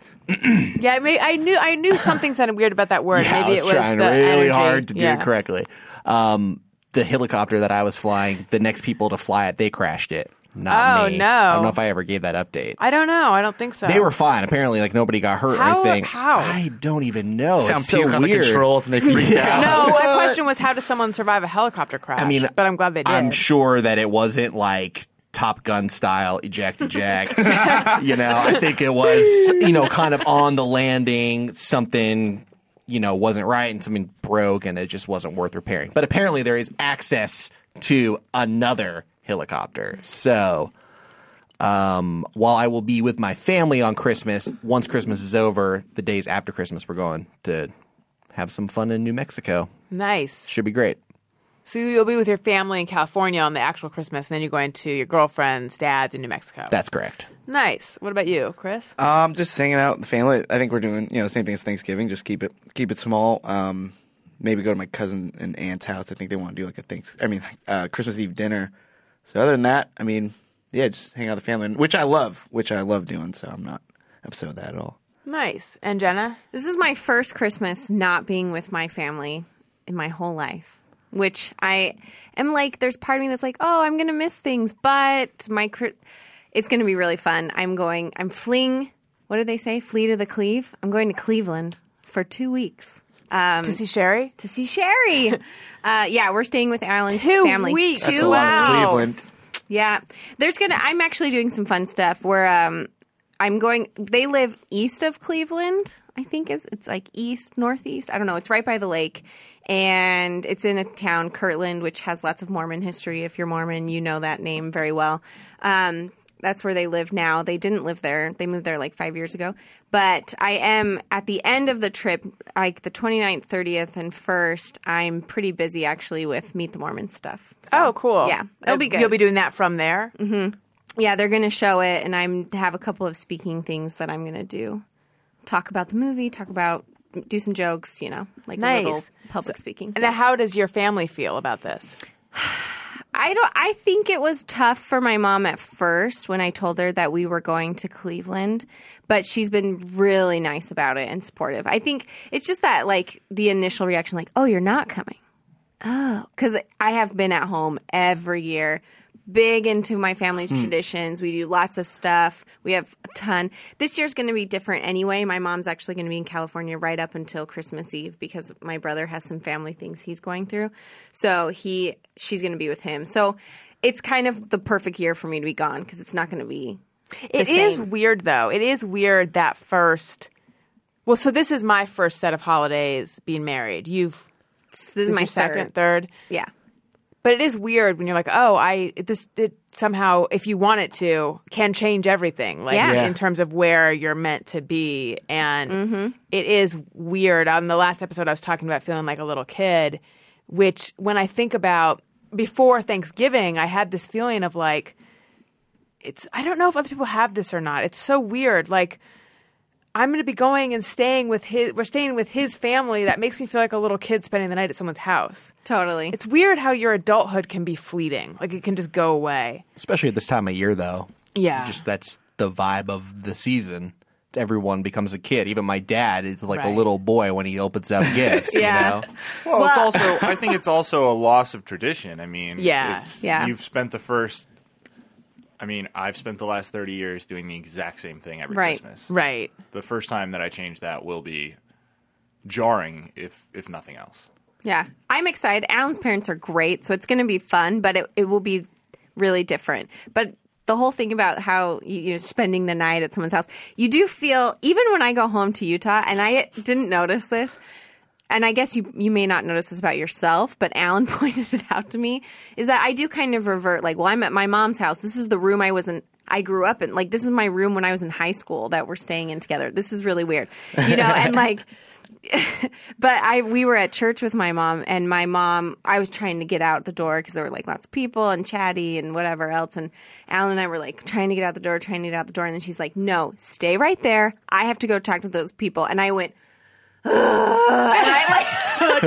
B: yeah, I, mean, I knew I knew something sounded weird about that word.
E: Yeah,
B: Maybe
E: I was,
B: it was
E: trying
B: the
E: really
B: energy.
E: hard to do
B: Yeah.
E: it correctly. Um, the helicopter that I was flying, the next people to fly it, they crashed it. Not
B: Oh,
E: me.
B: no.
E: I don't know if I ever gave that update.
B: I don't know. I don't think so.
E: They were fine. Apparently, like nobody got hurt
B: How-
E: or anything.
B: how?
E: I don't even know.
G: Found
E: it's so
G: puke on the
E: weird.
G: controls, and they freaked out.
B: No, my question was how does someone survive a helicopter crash?
E: I mean,
B: but I'm glad they did.
E: I'm sure that it wasn't like Top Gun style eject eject. you know, I think it was you know kind of on the landing something you know wasn't right and something broke and it just wasn't worth repairing. But apparently there is access to another helicopter. So um, while I will be with my family on Christmas, once Christmas is over, the days after Christmas, we're going to have some fun in New Mexico.
B: nice.
E: Should be great.
B: So you'll be with your family in California on the actual Christmas, and then you're going to your girlfriend's dad's in New Mexico.
E: That's correct.
B: nice. What about you, Chris?
G: Um, just hanging out with the family. I think we're doing you know same thing as Thanksgiving. Just keep it keep it small. Um, maybe go to my cousin and aunt's house. I think they want to do like a thanks. I mean, uh, Christmas Eve dinner. So other than that, I mean, yeah, just hang out with the family, which I love, which I love doing. So I'm not upset with that at all.
B: Nice. And Jenna?
F: This is my first Christmas not being with my family in my whole life, which I am like, there's part of me that's like, oh, I'm going to miss things, but my Chri- it's going to be really fun. I'm going, I'm fleeing, what do they say? Flee to the Cleve? I'm going to Cleveland for two weeks
B: to see Sherry?
F: to see Sherry. uh, yeah, we're staying with Alan's
B: Two
F: family.
B: weeks.
F: Two
B: That's
G: a lot of
F: weeks.
G: Cleveland.
F: Yeah, there's gonna. I'm actually doing some fun stuff where um, I'm going. They live east of Cleveland. I think is it's like east northeast. I don't know. It's right by the lake, and it's in a town Kirtland, which has lots of Mormon history. If you're Mormon, you know that name very well. Um, that's where they live now. They didn't live there. They moved there like five years ago. But I am at the end of the trip, like the 29th, 30th, and 1st. I'm pretty busy actually with Meet the Mormon stuff. So,
B: Oh, cool.
F: Yeah, it'll be
B: Uh,
F: good.
B: You'll be Mm-hmm. doing that from there.
F: yeah, they're going to show it, and I'm to have a couple of speaking things that I'm going to do. Talk about the movie, talk about, do some jokes, you know, like a little
B: Nice.
F: public speaking.
B: And how does your family feel about this?
F: I don't. I think it was tough for my mom at first when I told her that we were going to Cleveland, but she's been really nice about it and supportive. I think it's just that like the initial reaction, like, "Oh, you're not coming," oh, because I have been at home every year. Big into my family's traditions. We do lots of stuff. We have a ton. This year's going to be different anyway. My mom's actually going to be in California right up until Christmas Eve because my brother has some family things he's going through. So he she's going to be with him. So it's kind of the perfect year for me to be gone because it's not going to be. the
B: It is
F: same.
B: weird though. It is weird that first. Well, so this is my first set of holidays being married. You've
F: This is
B: this
F: my
B: your second, third.
F: Yeah.
B: But it is weird when you're like, oh, I this it somehow, if you want it to, can change everything. Like
F: Yeah. Yeah.
B: in terms of where you're meant to be, and it is weird. On the last episode, I was talking about feeling like a little kid, which when I think about before Thanksgiving, I had this feeling of like it's I don't know if other people have this or not. It's so weird. Like I'm going to be going and staying with his we're staying with his family. That makes me feel like a little kid spending the night at someone's house.
F: Totally.
B: It's weird how your adulthood can be fleeting. Like it can just go away.
E: especially at this time of year though.
B: Yeah.
E: Just that's the vibe of the season. Everyone becomes a kid. Even my dad is like
B: Right.
E: a little boy when he opens up gifts.
F: Yeah.
E: You know?
D: Well, it's also I think it's also a loss of tradition. I mean,
B: Yeah.
D: it's-
F: Yeah.
D: You've spent the first. I mean, I've spent the last thirty years doing the exact same thing every
F: Right.
D: Christmas.
B: Right.
D: The first time that I change that will be jarring, if if nothing else.
F: Yeah. I'm excited. Alan's parents are great, so it's going to be fun, but it, it will be really different. But the whole thing about how you- you're spending the night at someone's house, you do feel, even when I go home to Utah, and I didn't notice this, and I guess you, you may not notice this about yourself, but Alan pointed it out to me, is that I do kind of revert, like, well, I'm at my mom's house. This is the room I was in. I grew up in like this is my room when I was in high school that we're staying in together. This is really weird, you know. And like but I we were at church with my mom, and my mom. I was trying to get out the door because there were like lots of people and chatty and whatever else. And Alan and I were like trying to get out the door, trying to get out the door, and then she's like, "No, stay right there. I have to go talk to those people." And I went. "Ugh," and I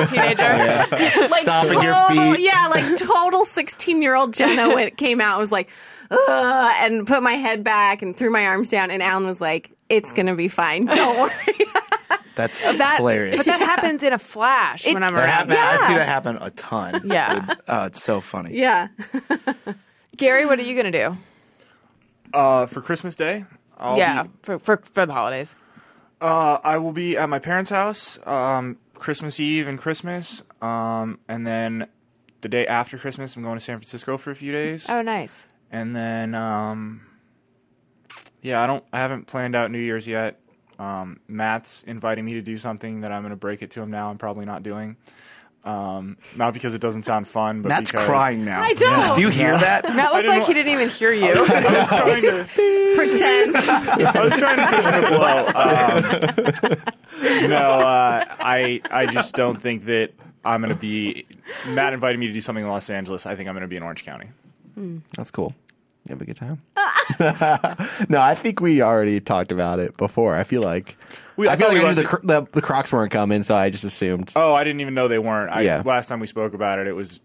B: Teenager.
F: like, like
E: Stomping
F: total,
E: your feet.
F: yeah, like total sixteen-year-old Jenna when it came out was like, Ugh, and put my head back and threw my arms down, and Alan was like, "It's gonna be fine. Don't worry."
G: That's
B: That,
G: hilarious.
B: But that happens in a flash when I'm
G: That
B: around.
G: happened- I see that happen a ton.
B: Yeah.
G: Oh, it's so funny.
F: yeah.
B: Gary, what are you going to do?
D: Uh, for Christmas Day, I'll
B: yeah,
D: be-
B: for, for for the holidays.
D: uh, I will be at my parents' house um, Christmas Eve and Christmas, um, and then the day after Christmas, I'm going to San Francisco for a few days.
B: Oh, nice.
D: and then um yeah i don't i haven't planned out new year's yet um matt's inviting me to do something that i'm going to break it to him now i'm probably not doing um not because it doesn't sound fun but
G: Matt's
D: because
G: crying now.
B: I don't.
G: Do you hear that?
B: Matt looks
D: didn't
B: like
D: wa-
B: he didn't even hear you.
D: I was trying to,
F: Pretend.
D: I was trying to push him to blow. Um, no, uh, I I just don't think that I'm going to be. Matt invited me to do something in Los Angeles. I think I'm going to be in Orange County.
E: That's cool. You have a good time. no, I think we already talked about it before. I feel like
D: We- I
E: I, feel
D: thought
E: like
D: we
E: I knew the,
D: left
E: cr- the the Crocs weren't coming, so I just assumed.
D: Oh, I didn't even know they weren't. I,
E: Yeah.
D: Last time we spoke about it, it was.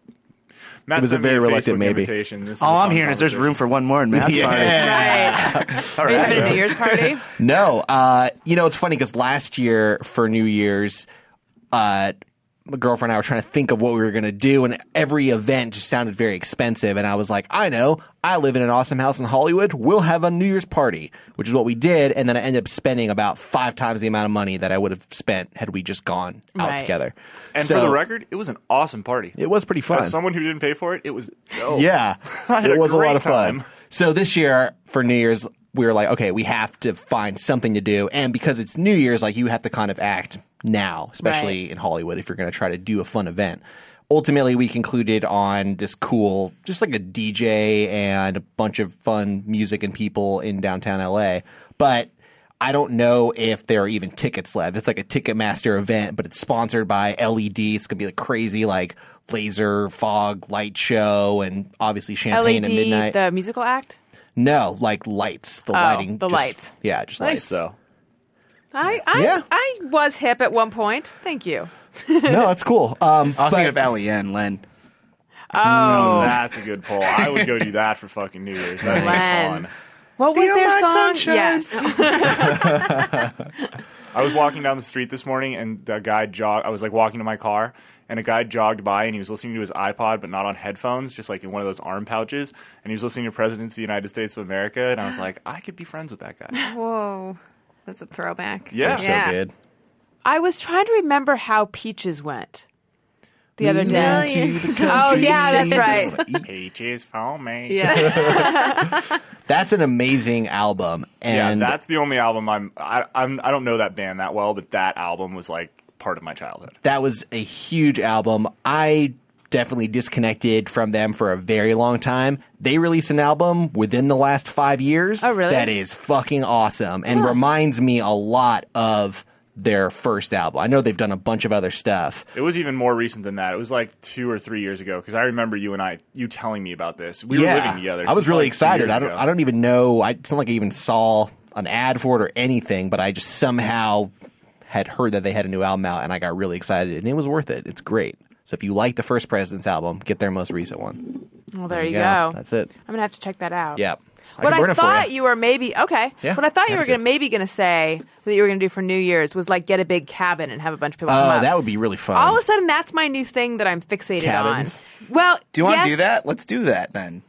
D: Matt
E: It was a
D: sent me
E: very reluctant
D: Facebook
E: maybe.
D: Invitation. This is
G: All
D: a
G: I'm
D: fun
G: hearing is there's
D: conversation.
G: room for one more in Matt's
E: Yeah.
G: party.
B: Right.
D: All
B: Are you
D: right.
B: having a New Year's party?
E: No, uh, you know it's funny because last year for New Year's, uh, my girlfriend and I were trying to think of what we were going to do, and every event just sounded very expensive. And I was like, I know, I live in an awesome house in Hollywood. We'll have a New Year's party, which is what we did. And then I ended up spending about five times the amount of money that I would have spent had we just gone out
B: Right.
E: together.
D: And
E: So,
D: for the record, it was an awesome party.
E: it was pretty fun.
D: As someone who didn't pay for it, it was. dope.
E: Yeah,
D: had
E: it
D: a
E: was a
D: great
E: lot of
D: time.
E: fun. So this year for New Year's, we were like, okay, we have to find something to do, and because it's New Year's, like you have to kind of act now, especially
B: Right.
E: in Hollywood, if you're going to try to do a fun event. Ultimately, we concluded on this cool, just like a DJ and a bunch of fun music and people in downtown LA, but. I don't know if there are even tickets left. It's like a Ticketmaster event, but it's sponsored by LED. It's gonna be like crazy, like laser fog light show, and obviously champagne
B: LED,
E: at midnight.
B: E the musical act.
E: no, like lights, the lighting,
B: Oh, the
E: just-
B: lights.
E: Yeah, just
D: Nice,
E: lights.
D: though.
B: I I,
E: Yeah.
B: I was hip at one point. Thank you.
E: no, that's cool. Um,
G: I was thinking
E: but,
G: of Ellie and Len.
B: Oh,
D: That's a good poll. I would go do that for fucking New Year's. That'd
B: Len.
D: be fun.
B: what was
G: Steal
B: their
G: my
B: song?
G: sunshine.
B: Yes.
D: I was walking down the street this morning, and a guy jogged. I was like walking to my car, and a guy jogged by, and he was listening to his iPod, but not on headphones, just like in one of those arm pouches. And he was listening to Presidents of the United States of America, and I was like, I could be friends with that guy.
F: Whoa, that's a throwback.
D: Yeah.
E: so
F: Yeah.
E: good.
B: I was trying to remember how Peaches went the
E: Mm.
B: other day.
F: Millions.
B: Oh yeah, that's right.
D: Peaches for me.
F: yeah.
E: That's an amazing album,
D: Yeah,
E: and
D: that's the only album I'm. I, I'm. I don't know that band that well, but that album was like part of my childhood.
E: that was a huge album. I definitely disconnected from them for a very long time. They released an album within the last five years.
B: Oh, really?
E: That is fucking awesome and reminds me a lot of their first album. I know they've done a bunch of other stuff.
D: It was even more recent than that. It was like two or three years ago because I remember you and I you telling me about this. We were living together.
E: I was
D: so
E: really
D: like two
E: excited.
D: years
E: I don't.
D: ago.
E: I don't even know. I, it's not like I even saw an ad for it or anything. But I just somehow had heard that they had a new album out, and I got really excited, and it was worth it. It's great. So if you like the first President's album, get their most recent one.
B: Well, there, you
E: Yeah,
B: go.
E: That's it.
B: I'm gonna have to check that out.
E: Yeah.
B: what
E: can burn
B: I
E: it for
B: thought you. were maybe okay.
E: Yeah,
B: what I thought you
E: happy
B: were gonna
E: to.
B: maybe gonna say that you were gonna do for New Year's was like get a big cabin and have a bunch of people.
E: Oh,
B: come up.
E: that would be really fun.
B: All of a sudden, that's my new thing that I'm fixated
E: Cabins?
B: on. Well,
G: Do you want
B: yes,
G: to do that? Let's do that then.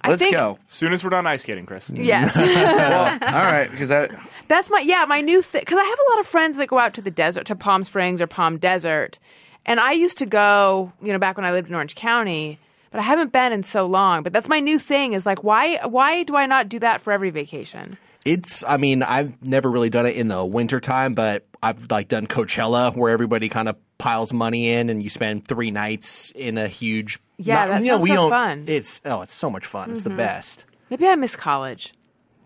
B: I
G: Let's
B: think-
G: go.
D: Soon as we're done ice skating, Chris.
B: Yes,
G: Well, all right, because I
B: that's my yeah my new thing because I have a lot of friends that go out to the desert to Palm Springs or Palm Desert, and I used to go you know back when I lived in Orange County, but I haven't been in so long. But that's my new thing is like why why do I not do that for every vacation?
E: It's. I mean, I've never really done it in the wintertime, but I've like done Coachella, where everybody kind of piles money in, and you spend three nights in a huge.
B: Yeah,
E: not-
B: that
E: you know,
B: sounds
E: we
B: so
E: don't-
B: fun. Mm-hmm.
E: It's oh, it's so much fun. It's the best.
B: Maybe I miss college.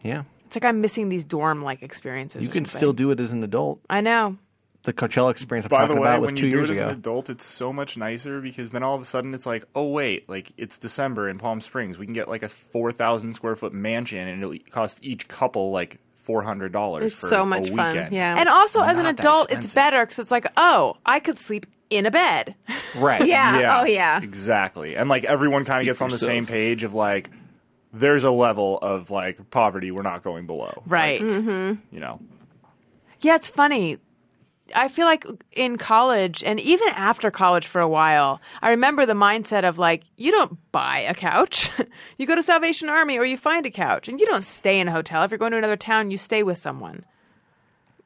E: Yeah,
B: It's like I'm missing these dorm like experiences.
E: you
B: or
E: can
B: something.
E: still do it as an adult.
B: I know.
E: The Coachella experience I'm
D: By the
E: talking
D: way,
E: about was
D: when
E: two
D: you do
E: years
D: it as an
E: ago.
D: adult, it's so much nicer because then all of a sudden it's like, oh wait, like it's December in Palm Springs. We can get like a four thousand square foot mansion, and it'll cost each couple like four hundred dollars.
F: It's
D: for
F: so much
D: a
F: fun.
D: weekend.
F: Yeah.
B: And also, as an
G: not that
B: adult, it's
G: expensive.
B: better because it's like, oh, I could sleep in a bed.
E: Right.
F: yeah. Oh yeah.
D: Exactly. And like everyone kind of gets on the same page of like, there's a level of like poverty we're not going below.
B: Right.
D: You know.
B: mm-hmm. Yeah, it's funny. I feel like in college and even after college for a while, I remember the mindset of like, you don't buy a couch. you go to Salvation Army or you find a couch and you don't stay in a hotel. If you're going to another town, you stay with someone.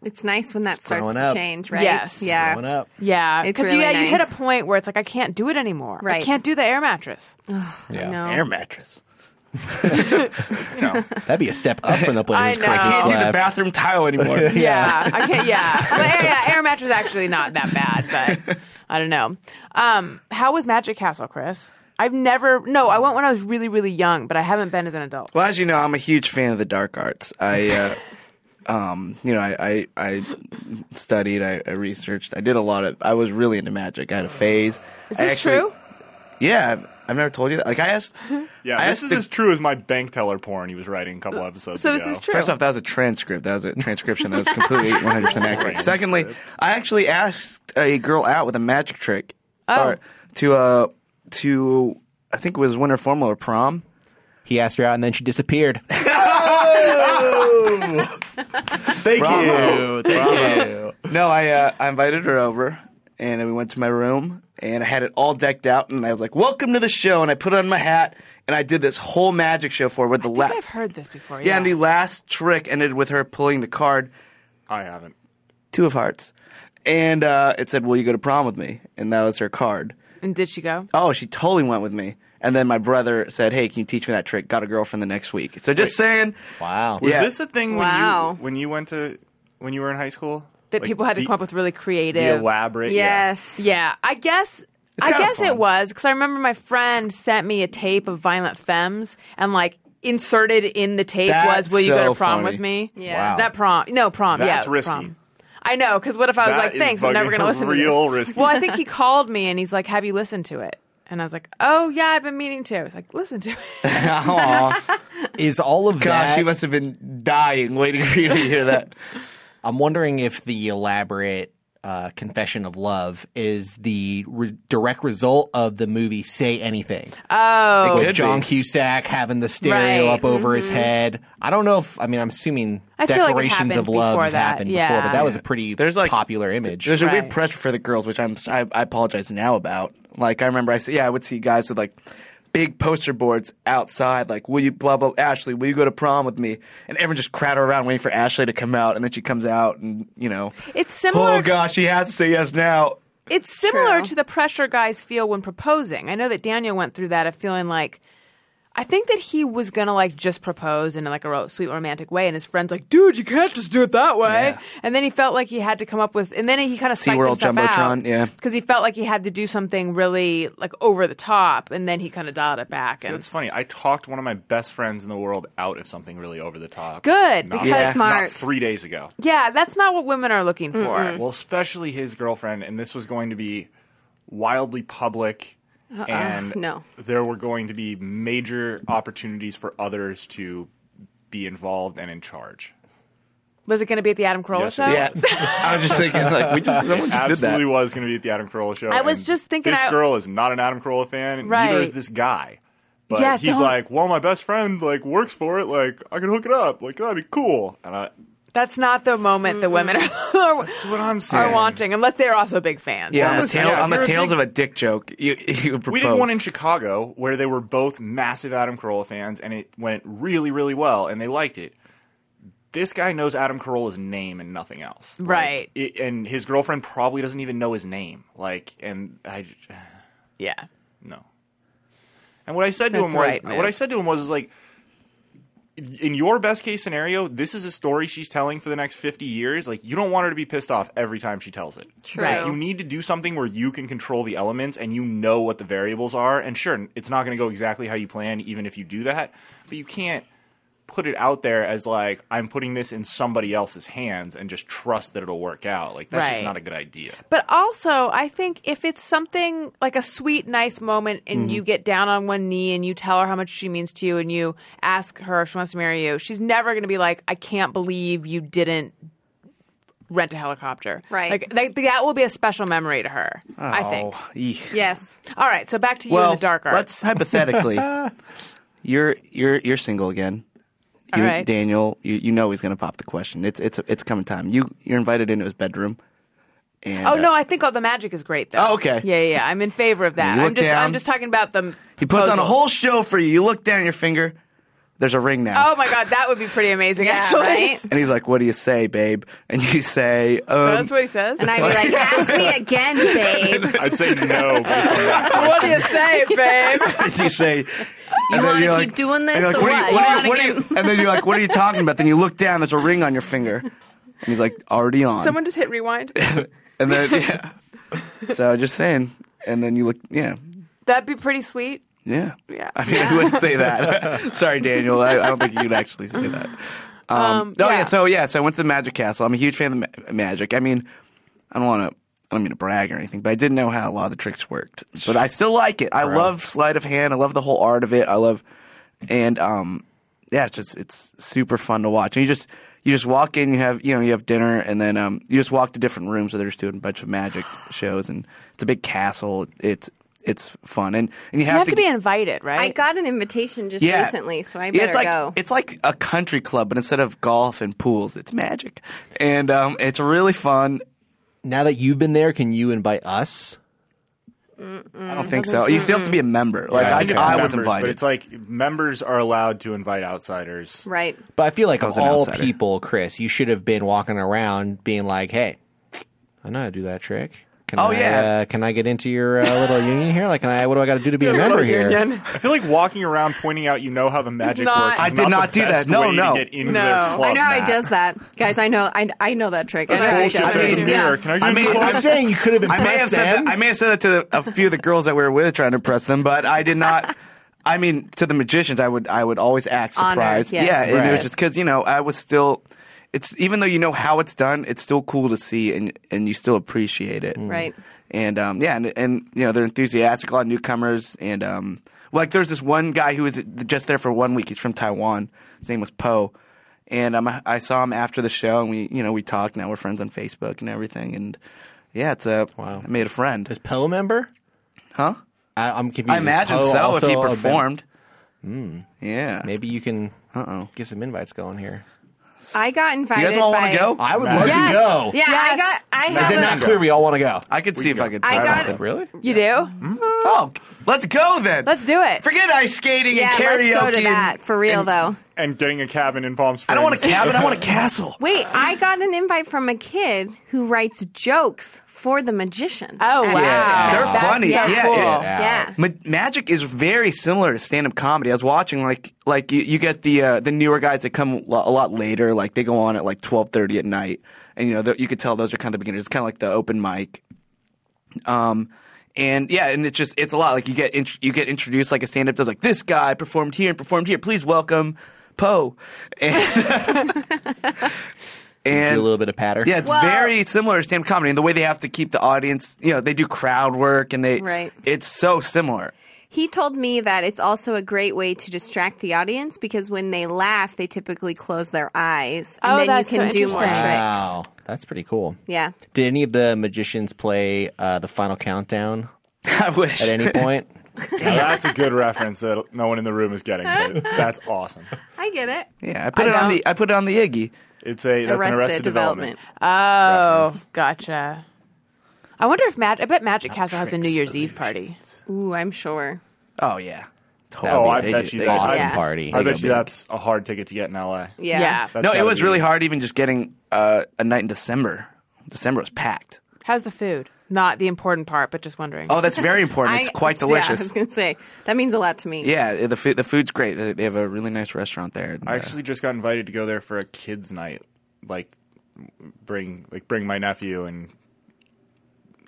F: It's nice when that starts
E: growing
F: to
E: up.
F: change, right?
B: Yes.
E: Growing
F: Yeah.
E: up.
B: Yeah.
F: It's
B: 'Cause,
F: really
B: yeah, you hit a
F: nice.
B: point where it's like, I can't do it anymore.
F: Right.
B: I can't do the air mattress.
E: Yeah.
F: No.
G: air mattress.
E: That'd be a step up from the
B: I
E: places
B: know.
E: Crisis
B: I
G: Can't
B: can't
G: do the
E: left.
G: bathroom tile anymore.
B: Yeah, I can't. Yeah, I'm like, yeah, yeah, air mattress is actually not that bad, but I don't know. Um, how was Magic Castle, Chris? I've never. No, I went when I was really, really young, but I haven't been as an adult.
G: Well, as you know, I'm a huge fan of the dark arts. I, uh, um, you know, I, I, I studied, I, I researched, I did a lot of. I was really into magic. I had a phase.
B: Is
G: I
B: this
G: actually-
B: true?
G: Yeah, I've never told you that. Like I asked.
D: Yeah,
G: I
D: this is
G: asked the-
D: as true as my bank teller porn he was writing a couple episodes
B: Uh, So
D: ago.
B: this is true.
G: First off, that was a transcript. That was a transcription. That was completely 100% accurate. Secondly, I actually asked a girl out with a magic trick
B: Oh.
G: or to uh to I think it was winter formal or prom.
E: He asked her out, and then she disappeared.
G: Thank
E: Bravo. Thank you.
G: No, I uh, I invited her over and we went to my room and I had it all decked out and I was like, "Welcome to the show." And I put on my hat and I did this whole magic show for her with the
B: I think
G: last
B: I've heard this before.
G: Yeah,
B: Yeah,
G: and the last trick ended with her pulling the card
D: I haven't.
G: two of hearts. And uh, it said, Will you go to prom with me? And that was her card.
B: and did she go?
G: Oh, she totally went with me. And then my brother said, Hey, can you teach me that trick? Got a girlfriend the next week. So just saying.
E: Wow.
D: Was
G: Yeah.
D: this a thing
F: Wow.
D: when you when you went to when you were in high school?
B: That
D: Like,
B: people had to
D: the-
B: come up with really creative,
D: the elaborate. yeah.
F: Yes.
B: Yeah, I guess. I
G: kinda
B: guess
G: fun.
B: it was because I remember my friend sent me a tape of Violent Femmes and like inserted in the tape
G: That's
B: was "Will you go to
G: so
B: prom
G: funny.
B: with me?"
F: Yeah. Wow.
B: that prom. No prom. yeah,
D: That's
B: it was
D: risky.
B: Prom. I know because what if I was
D: That
B: like,
D: is
B: "Thanks, I'm never going to listen
D: fucking
B: to
D: real
B: this."
D: risky.
B: Well, I think he called me and he's like, "Have you listened to it?" And I was like, "Oh yeah, I've been meaning to." I was like, "Listen to it."
E: Aw. Is all of
G: Gosh,
E: that?
G: she must have been dying waiting for you to hear that.
E: I'm wondering if the elaborate uh, confession of love is the re- direct result of the movie "Say Anything."
B: Oh,
E: with
G: Could
E: John
G: be.
E: Cusack having the stereo
B: Right. Mm-hmm.
E: up over his head. I don't know if I mean I'm assuming
B: I feel like it
E: declarations
B: happened
E: of love
B: before
E: have
B: that,
E: happened before,
B: yeah.
E: but that was a pretty
G: There's, like-
E: popular image.
G: There's a weird
B: Right.
G: pressure for the girls, which I'm I, I apologize now about. Like I remember, I said, yeah, I would see guys with like big poster boards outside, like will you blah blah Ashley, will you go to prom with me? And everyone just crowded around waiting for Ashley to come out, and then she comes out, and you know,
B: it's similar.
G: oh gosh, she has to say yes now.
B: It's similar
F: True.
B: to the pressure guys feel when proposing. I know that Daniel went through that of feeling like I think that he was gonna like just propose in like a ro- sweet romantic way, and his friends like, dude, you can't just do it that way.
G: Yeah.
B: And then he felt like he had to come up with, and then he kind of
G: SeaWorld Jumbotron, yeah.
B: because he felt like he had to do something really like over the top, and then he kind of dialed it back.
D: So
B: And
D: it's funny. I talked one of my best friends in the world out of something really over the top.
B: Good, because-
D: not
F: Smart.
D: three days ago.
B: yeah, that's not what women are looking for.
D: Well, especially his girlfriend, and this was going to be wildly public,
B: Uh-uh.
D: and
F: no.
D: there were going to be major opportunities for others to be involved and in charge.
B: Was it going to be at the Adam Carolla
D: Yes, it
B: show?
G: Yeah, I was just thinking like we just someone just did
D: Absolutely
G: that.
D: was going to be at the Adam Carolla show.
B: I was
D: and
B: just thinking
D: this
B: I-
D: girl is not an Adam Carolla fan, and neither
B: Right.
D: is this guy. But
B: Yeah,
D: he's
B: don't-
D: like, well, my best friend like works for it. Like, I could hook it up. Like, that'd be cool. And I,
B: That's not the moment that women are,
D: that's what I'm saying.
B: are wanting, unless they're also big fans.
G: Yeah, on the,
D: listen,
G: tail,
D: yeah,
G: on
D: you're
G: the
D: a
G: tails
D: big-
G: of a dick joke, you you would propose.
D: We did one in Chicago where they were both massive Adam Carolla fans, and it went really, really well, and they liked it. This guy knows Adam Carolla's name and nothing else, Like,
B: Right.
D: it, and his girlfriend probably doesn't even know his name. Like, and I j-
B: yeah.
D: no. And what I said to
B: That's
D: him
B: the
D: was,
B: right move.
D: what I said to him was, was like, in your best case scenario, this is a story she's telling for the next fifty years. Like, you don't want her to be pissed off every time she tells it.
F: True.
B: Right.
D: You need to do something where you can control the elements and you know what the variables are. And sure, it's not going to go exactly how you plan, even if you do that. But you can't put it out there as like I'm putting this in somebody else's hands and just trust that it'll work out. Like that's just
B: Right.
D: not a good idea.
B: But also, I think if it's something like a sweet, nice moment and
G: Mm-hmm.
B: you get down on one knee and you tell her how much she means to you and you ask her if she wants to marry you, she's never going to be like, I can't believe you didn't rent a helicopter.
F: Right.
B: Like, that, that will be a special memory to her, I think.
G: Oh, eek.
F: Yes.
B: All right, so back to you
G: well,
B: in the dark arts.
G: Let's hypothetically, you're you're you're single again.
B: All
G: You-
B: right.
G: Daniel, you, you know he's gonna pop the question. It's it's it's coming time. You you're invited into his bedroom. And,
B: Oh
G: uh,
B: no! I think all the magic is great, though.
G: Oh, okay.
B: Yeah, yeah. yeah. I'm in favor of that.
G: You look
B: I'm just,
G: down.
B: I'm just talking about the.
G: he puts on a
B: proposals.
G: whole show for you. You look down your finger. There's a ring now.
B: Oh my god, that would be pretty amazing,
F: Yeah,
B: actually.
F: right?
G: And he's like, "What do you say, babe?" And you say, um,
B: That's what he says.
F: And I'd be like, ask me again, babe.
D: I'd say no. Based on that.
B: what do you say, babe?
G: and you say, "You
F: wanna keep doing this or what? You wanna get-
G: And then you're like, "What are you talking about?" Then you look down. There's a ring on your finger. And he's like, "Already on."
B: Someone just hit rewind.
G: And then yeah. so just saying. And then you look yeah.
B: That'd be pretty sweet.
G: Yeah.
B: Yeah.
G: I mean I wouldn't say that. Sorry, Daniel. I, I don't think you'd actually say that. Um,
B: Um,
G: no, yeah.
B: yeah.
G: so yeah, so I went to the Magic Castle. I'm a huge fan of the ma- Magic. I mean, I don't want to I don't mean to brag or anything, but I didn't know how a lot of the tricks worked. But I still like it. I love sleight of hand. I love the whole art of it. I love, and um, yeah, it's just it's super fun to watch. And you just you just walk in, you have you know you have dinner, and then um, you just walk to different rooms where they're just doing a bunch of magic shows, and it's a big castle. It's it's fun, and and you have,
B: You have to
G: get-
B: be invited, right?
F: I got an invitation just
G: yeah.
F: recently, so I
G: Yeah,
F: better
G: it's like,
F: go.
G: It's like a country club, but instead of golf and pools, it's magic, and um, it's really fun.
E: Now that you've been there, can you invite us?
G: I
F: Mm,
G: don't think so. You still have to be a member. Like
D: I,
G: I,
D: think it's
G: I
D: members,
G: was
D: But
G: invited.
D: it's like members are allowed to invite outsiders.
F: right.
E: But I feel like of
G: was an
E: all
G: outsider.
E: people, Chris, you should have been walking around being like, "Hey, I know how to do that trick. Can
G: Oh,
E: I,
G: yeah.
E: uh, can I get into your uh, little union here? Like, can I? What do I got to do to be a member here?
D: I feel like walking around pointing out you know how the magic
B: not-
D: works. Is
B: I
G: did not
D: the
G: do that.
D: best
G: No,
D: way to
G: no.
D: get into
B: No.
D: their
B: I
D: club,
F: I know how he
D: Matt.
F: does that, guys. I know. I, I know that trick. I know how he
D: Bullshit,
F: does
D: there's
F: it.
D: a mirror.
F: Yeah.
D: Can I get
G: I
D: in the
G: mean,
D: club?
E: I'm saying you could have
G: I may
E: impressed
G: have said
E: them.
G: that. I may have said that to a few of the girls that we were with, trying to impress them, but I did not. I mean, to the magicians, I would I would always act
F: Honored,
G: surprised.
F: yes.
G: Yeah, and it
E: Right.
G: was just because you know I was still. It's even though you know how it's done, it's still cool to see, and and you still appreciate it.
F: Right.
G: and um, yeah, and, and you know they're enthusiastic, a lot of newcomers, and um, well, like there's this one guy who was just there for one week. He's from Taiwan. His name was Po, and um, I, I saw him after the show, and we you know we talked. Now we're friends on Facebook and everything, and yeah, it's a
E: Wow.
G: I made a friend,
E: Is Poe a member?
G: huh?
E: I, I'm confused.
G: I
E: Is
G: imagine
E: Poe
G: so if
E: also
G: he
E: a mem-
G: performed. Yeah,
E: Maybe you can
G: Uh-oh.
E: get some invites going here.
F: I got invited.
G: You guys all want
F: by-
G: to go?
E: I would love
F: Yes.
E: to go.
F: Yeah, I
B: Yes.
F: got. I
E: Is
F: have.
E: it
F: a-
E: not clear we all want to go?
G: I could see if I could.
F: I
G: find
F: got-
G: something.
E: Really?
B: you do?
F: Hmm?
G: Oh, let's go then.
B: Let's do it.
G: forget ice skating
F: yeah,
G: and karaoke.
F: let's go to
G: and-
F: that for real though.
D: and getting a cabin in Palm Springs.
G: I don't want a cabin. I want a castle.
F: Wait, I got an invite from a kid who writes jokes for the magician.
B: Oh, wow.
E: They're
B: That's
G: funny.
B: so
G: Yeah,
B: cool.
G: yeah.
F: Yeah.
G: Ma- magic is very similar to stand-up comedy. I was watching like like you, you get the uh, the newer guys that come lo- a lot later. Like they go on at like twelve thirty at night, and you know th- you could tell those are kind of the beginners. It's kind of like the open mic. Um, and yeah, and it's just it's a lot. Like you get int- you get introduced like a stand-up does. Like this guy performed here and performed here. Please welcome Poe. And,
E: Do a
G: and
E: little bit of patter.
G: yeah, it's
F: Well-
G: very similar to stand-up comedy, and the way they have to keep the audience, you know, they do crowd work, and they
F: Right.
G: It's so similar.
F: He told me that it's also a great way to distract the audience because when they laugh, they typically close their eyes, and
B: Oh,
F: then
B: that's
F: you can
B: so
F: do more tricks.
B: interesting.
E: Wow, that's pretty cool.
F: Yeah.
E: Did any of the magicians play uh, the final countdown
G: I wish.
E: at any point?
D: Now, that's a good reference that no one in the room is getting. But that's awesome.
F: I get it.
G: Yeah, I put
F: I
G: it on
F: don't.
G: the I put it on the Iggy.
D: It's a that's
F: Arrested,
D: an arrested development.
F: development.
B: Oh,
D: reference.
B: gotcha. I wonder if Magic. I bet Magic Castle has a New Year's Eve party.
F: Ooh, I'm sure.
G: Oh yeah.
E: That would
D: Oh,
E: be
D: I
E: they
D: bet
E: do-
D: you
E: they
D: that.
E: awesome
F: Yeah.
E: party.
D: I
E: They
D: bet
E: go
D: you
E: big.
D: that's a hard ticket to get in LA.
F: Yeah.
D: That's
G: no, it
D: gotta
G: was
D: be-
G: really hard even just getting uh, a night in December. December was packed.
B: How's the food? Not the important part, but just wondering.
G: Oh, that's very important. It's
F: I-
G: quite
F: Yeah, I was
G: delicious.
F: gonna say that means a lot to me.
G: Yeah, the food the food's great. They they have a really nice restaurant there. and, uh,
D: I actually just got invited to go there for a kids' night. Like bring like bring my nephew and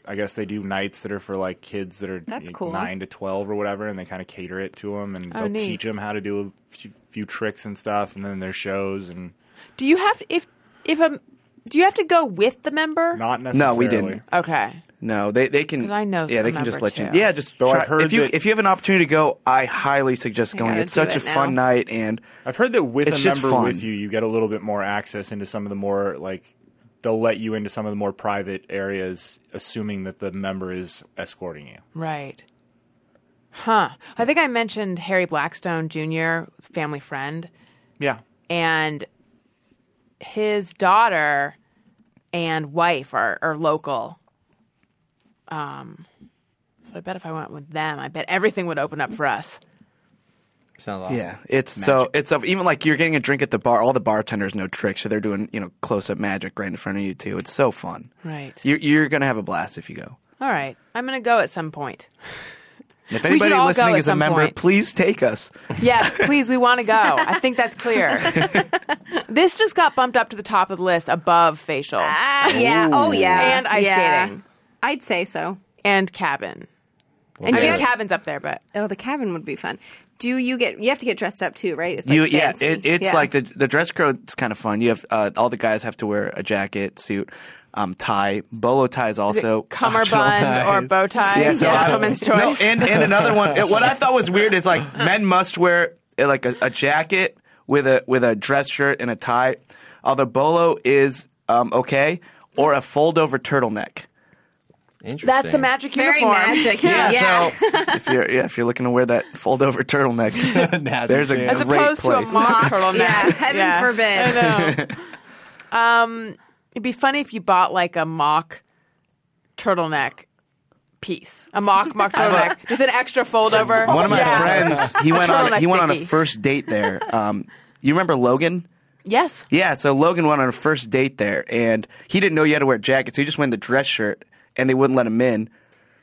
D: I guess they do nights that are for like kids that are
F: That's
D: like,
F: cool.
D: nine to twelve or whatever, and they kind of cater it to them and
B: Oh,
D: they'll
B: neat.
D: teach them how to do a few, few tricks and stuff, and then their shows and
B: Do you have if if um do you have to go with the member?
D: not necessarily.
G: No, we didn't.
B: okay.
G: no, they they can.
B: 'Cause I know
G: Yeah, they
B: some
G: can just
B: number
G: let you.
B: too.
G: Yeah, just
D: Though
G: try-
D: I've heard
G: if you
D: that-
G: if you have an opportunity to go, I highly suggest going.
F: gotta
G: It's such
F: do
G: a
F: it now.
G: fun night, and
D: I've heard that with
G: It's
D: a
G: just
D: member
G: fun.
D: with you, you get a little bit more access into some of the more like they'll let you into some of the more private areas, assuming that the member is escorting you.
B: Right. Huh. I think I mentioned Harry Blackstone Jr., family friend,
D: Yeah,
B: and his daughter and wife are, are local. Um, so I bet if I went with them, I bet everything would open up for us.
E: Sounds awesome.
G: Yeah, it's so it's so, even like you're getting a drink at the bar. All the bartenders know tricks, so they're doing you know close up magic right in front of you too. It's so fun.
B: Right.
G: You're, you're gonna have a blast if you go.
B: All right. I'm going to go at some point.
G: If
B: should
G: anybody
B: all go
G: listening
B: at
G: is a
B: some
G: member,
B: point.
G: please take us.
B: Yes, please, we want to go. I think that's clear. this just got bumped up to the top of the list above facial
F: Ah, yeah. Oh, yeah.
B: And ice
F: Yeah.
B: skating.
F: I'd say so.
B: and cabin.
F: and
B: I
F: do you-
B: mean, cabin's up there, but
F: Oh, the cabin would be fun. Do you get? You have to get dressed up too, right? It's like
G: you yeah,
F: fancy.
G: it, it's
F: Yeah.
G: like the the dress code's kind of fun. You have uh, all the guys have to wear a jacket suit. um, tie, bolo ties also
B: Cummerbund or bow tie.
G: Yeah, so I-
B: Gentleman's
G: No,
B: choice.
G: and, and another one. it- What I thought was weird is like men must wear uh, like a, a jacket with a with a dress shirt and a tie, although bolo is um, okay, or a fold over turtleneck.
E: Interesting.
B: That's the magic
F: Very
B: uniform.
F: magic. Yeah.
G: So if you're yeah, if you're looking to wear that fold over turtleneck, there's a
B: As
G: great
B: opposed
G: place.
B: to a mock turtleneck.
F: Yeah, heaven forbid.
B: I know. um, it'd be funny if you bought like a mock turtleneck piece, a mock mock turtleneck, just an extra fold over.
G: One of my
B: Yeah.
G: friends, he went on
B: turtleneck
G: he went on a
B: dickie.
G: first date there. Um, you remember Logan?
B: Yes.
G: Yeah, so Logan went on a first date there, and he didn't know you had to wear jackets. he just went in the dress shirt, and they wouldn't let him in.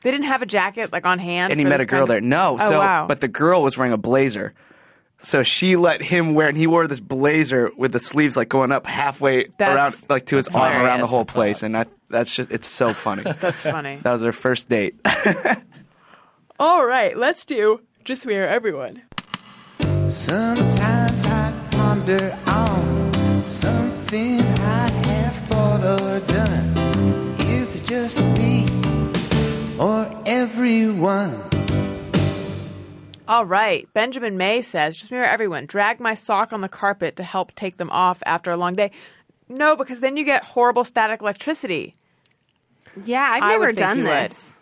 B: They didn't have a jacket like on hand.
G: And he
B: for
G: met
B: this
G: a girl
B: kind of-
G: there. No,
B: Oh,
G: so
B: wow.
G: but the girl was wearing a blazer, so she let him wear, and he wore this blazer with the sleeves like going up halfway
B: That's
G: around, like to his arm around the
B: hilarious.
G: whole place, and I, that's just it's so funny. that
B: That's funny.
G: was their first date.
B: All right, let's do just we are everyone.
C: Sometimes I ponder on something I have thought or done. Is it just me or everyone?
B: All right. Benjamin May says, just mirror everyone. Drag my sock on the carpet to help take them off after a long day. No, because then you get horrible static electricity.
F: yeah, I've
B: I would
F: never
B: think
F: done
B: you would.
F: this.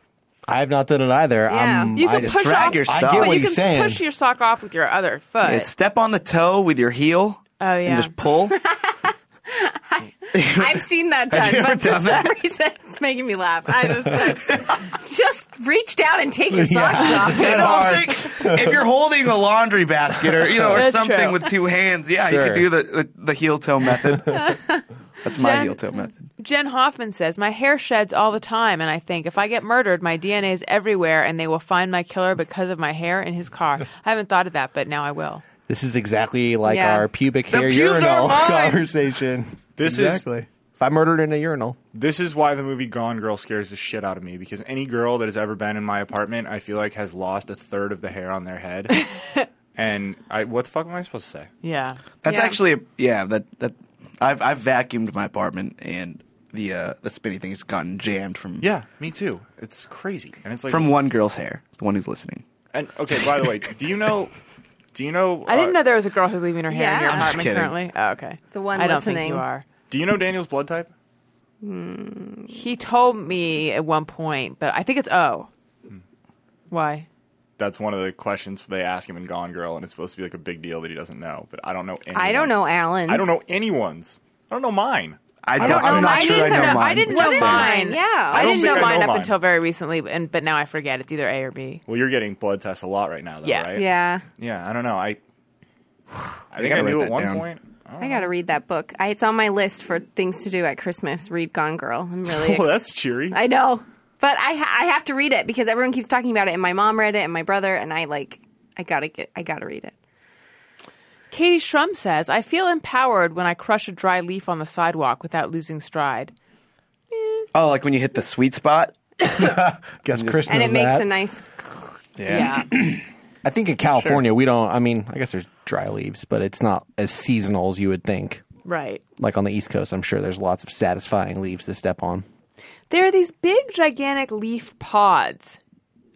E: I have not done it either.
F: Yeah.
E: I'm,
B: You
E: I
B: can
E: just
B: push
G: drag
B: off,
G: your
E: I
G: sock.
E: get
B: but
E: what
B: you
E: he's
B: can
E: saying.
B: push your sock off with your other foot.
G: Yeah, step on the toe with your heel.
B: Oh, yeah.
G: and just pull.
F: I've seen that done,
G: you ever
F: but for
G: done
F: some
G: that?
F: reason, it's making me laugh. I just just reach down and take your socks
E: Yeah.
F: off.
G: You know what I'm saying? if you're holding a laundry basket or you know or
B: That's
G: something
B: true.
G: with two hands, yeah, you
E: Sure.
G: could do the, the, the heel toe method. That's my
B: Jen-
G: heel toe method.
B: Jen Hoffman says, My hair sheds all the time, and I think if I get murdered, my DNA is everywhere, and they will find my killer because of my hair in his car. I haven't thought of that, but now I will.
E: This is exactly like
F: Yeah.
E: our pubic hair
G: pubes are
E: urinal
G: mine!
E: conversation.
D: This is-
E: If I murdered in a urinal,
D: This is why the movie Gone Girl scares the shit out of me because any girl that has ever been in my apartment, I feel like has lost a third of the hair on their head. and I, what the fuck am I supposed to say?
B: Yeah.
G: That's
F: Yeah.
G: actually yeah. That that I've I've vacuumed my apartment and the uh, the spinny thing has gotten jammed from
D: Yeah, me too. It's crazy, and it's like
G: from one girl's hair. The one who's listening.
D: And okay, by the way, do you know? Do you know?
B: I didn't
D: uh,
B: know there was a girl who's leaving her hair in your
F: Yeah. I'm
G: just
B: apartment
G: kidding.
B: currently. Oh, okay.
F: The one
B: I don't think
F: listening.
B: you are.
D: Do you know Daniel's blood type?
B: He told me at one point, but I think it's O. Why?
D: That's one of the questions they ask him in Gone Girl, and it's supposed to be like a big deal that he doesn't know. But I don't know. Anyone.
F: I don't know Alan's.
D: I don't know anyone's. I don't know mine.
G: I don't,
B: don't know
G: I'm not
B: mine
G: sure I
B: either.
G: know
B: No, I
G: mine.
B: didn't
F: What
B: know
F: is
B: mine.
F: mine? Yeah.
B: I,
D: don't
B: didn't know
D: think I
B: mine
D: know
B: up
D: mine.
B: until very recently, but- and but now I forget. It's either A or B.
D: Well, you're getting blood tests a lot right now, though,
B: Yeah.
D: right?
F: Yeah.
D: Yeah, I don't know. I I think
G: gotta
D: I
G: write
D: knew
G: that
D: at one
G: down.
D: point.
F: I gotta read that book. I, it's on my list for things to do at Christmas. Read Gone Girl. I'm really.
G: Oh,
D: Well,
F: ex-
D: Oh, that's cheery.
F: I know, but I ha- I have to read it because everyone keeps talking about it, and my mom read it, and my brother, and I like. I gotta get. I gotta read it.
B: Katie Shrum says, I feel empowered when I crush a dry leaf on the sidewalk without losing stride.
G: Oh, like when you hit the sweet spot.
E: guess Chris
F: And
E: knows
F: it makes
E: that.
F: a nice.
B: Yeah.
E: I think in California we don't. I mean, I guess there's dry leaves, but it's not as seasonal as you would think.
B: right.
E: Like on the East Coast, I'm sure there's lots of satisfying leaves to step on.
B: There are these big, gigantic leaf pods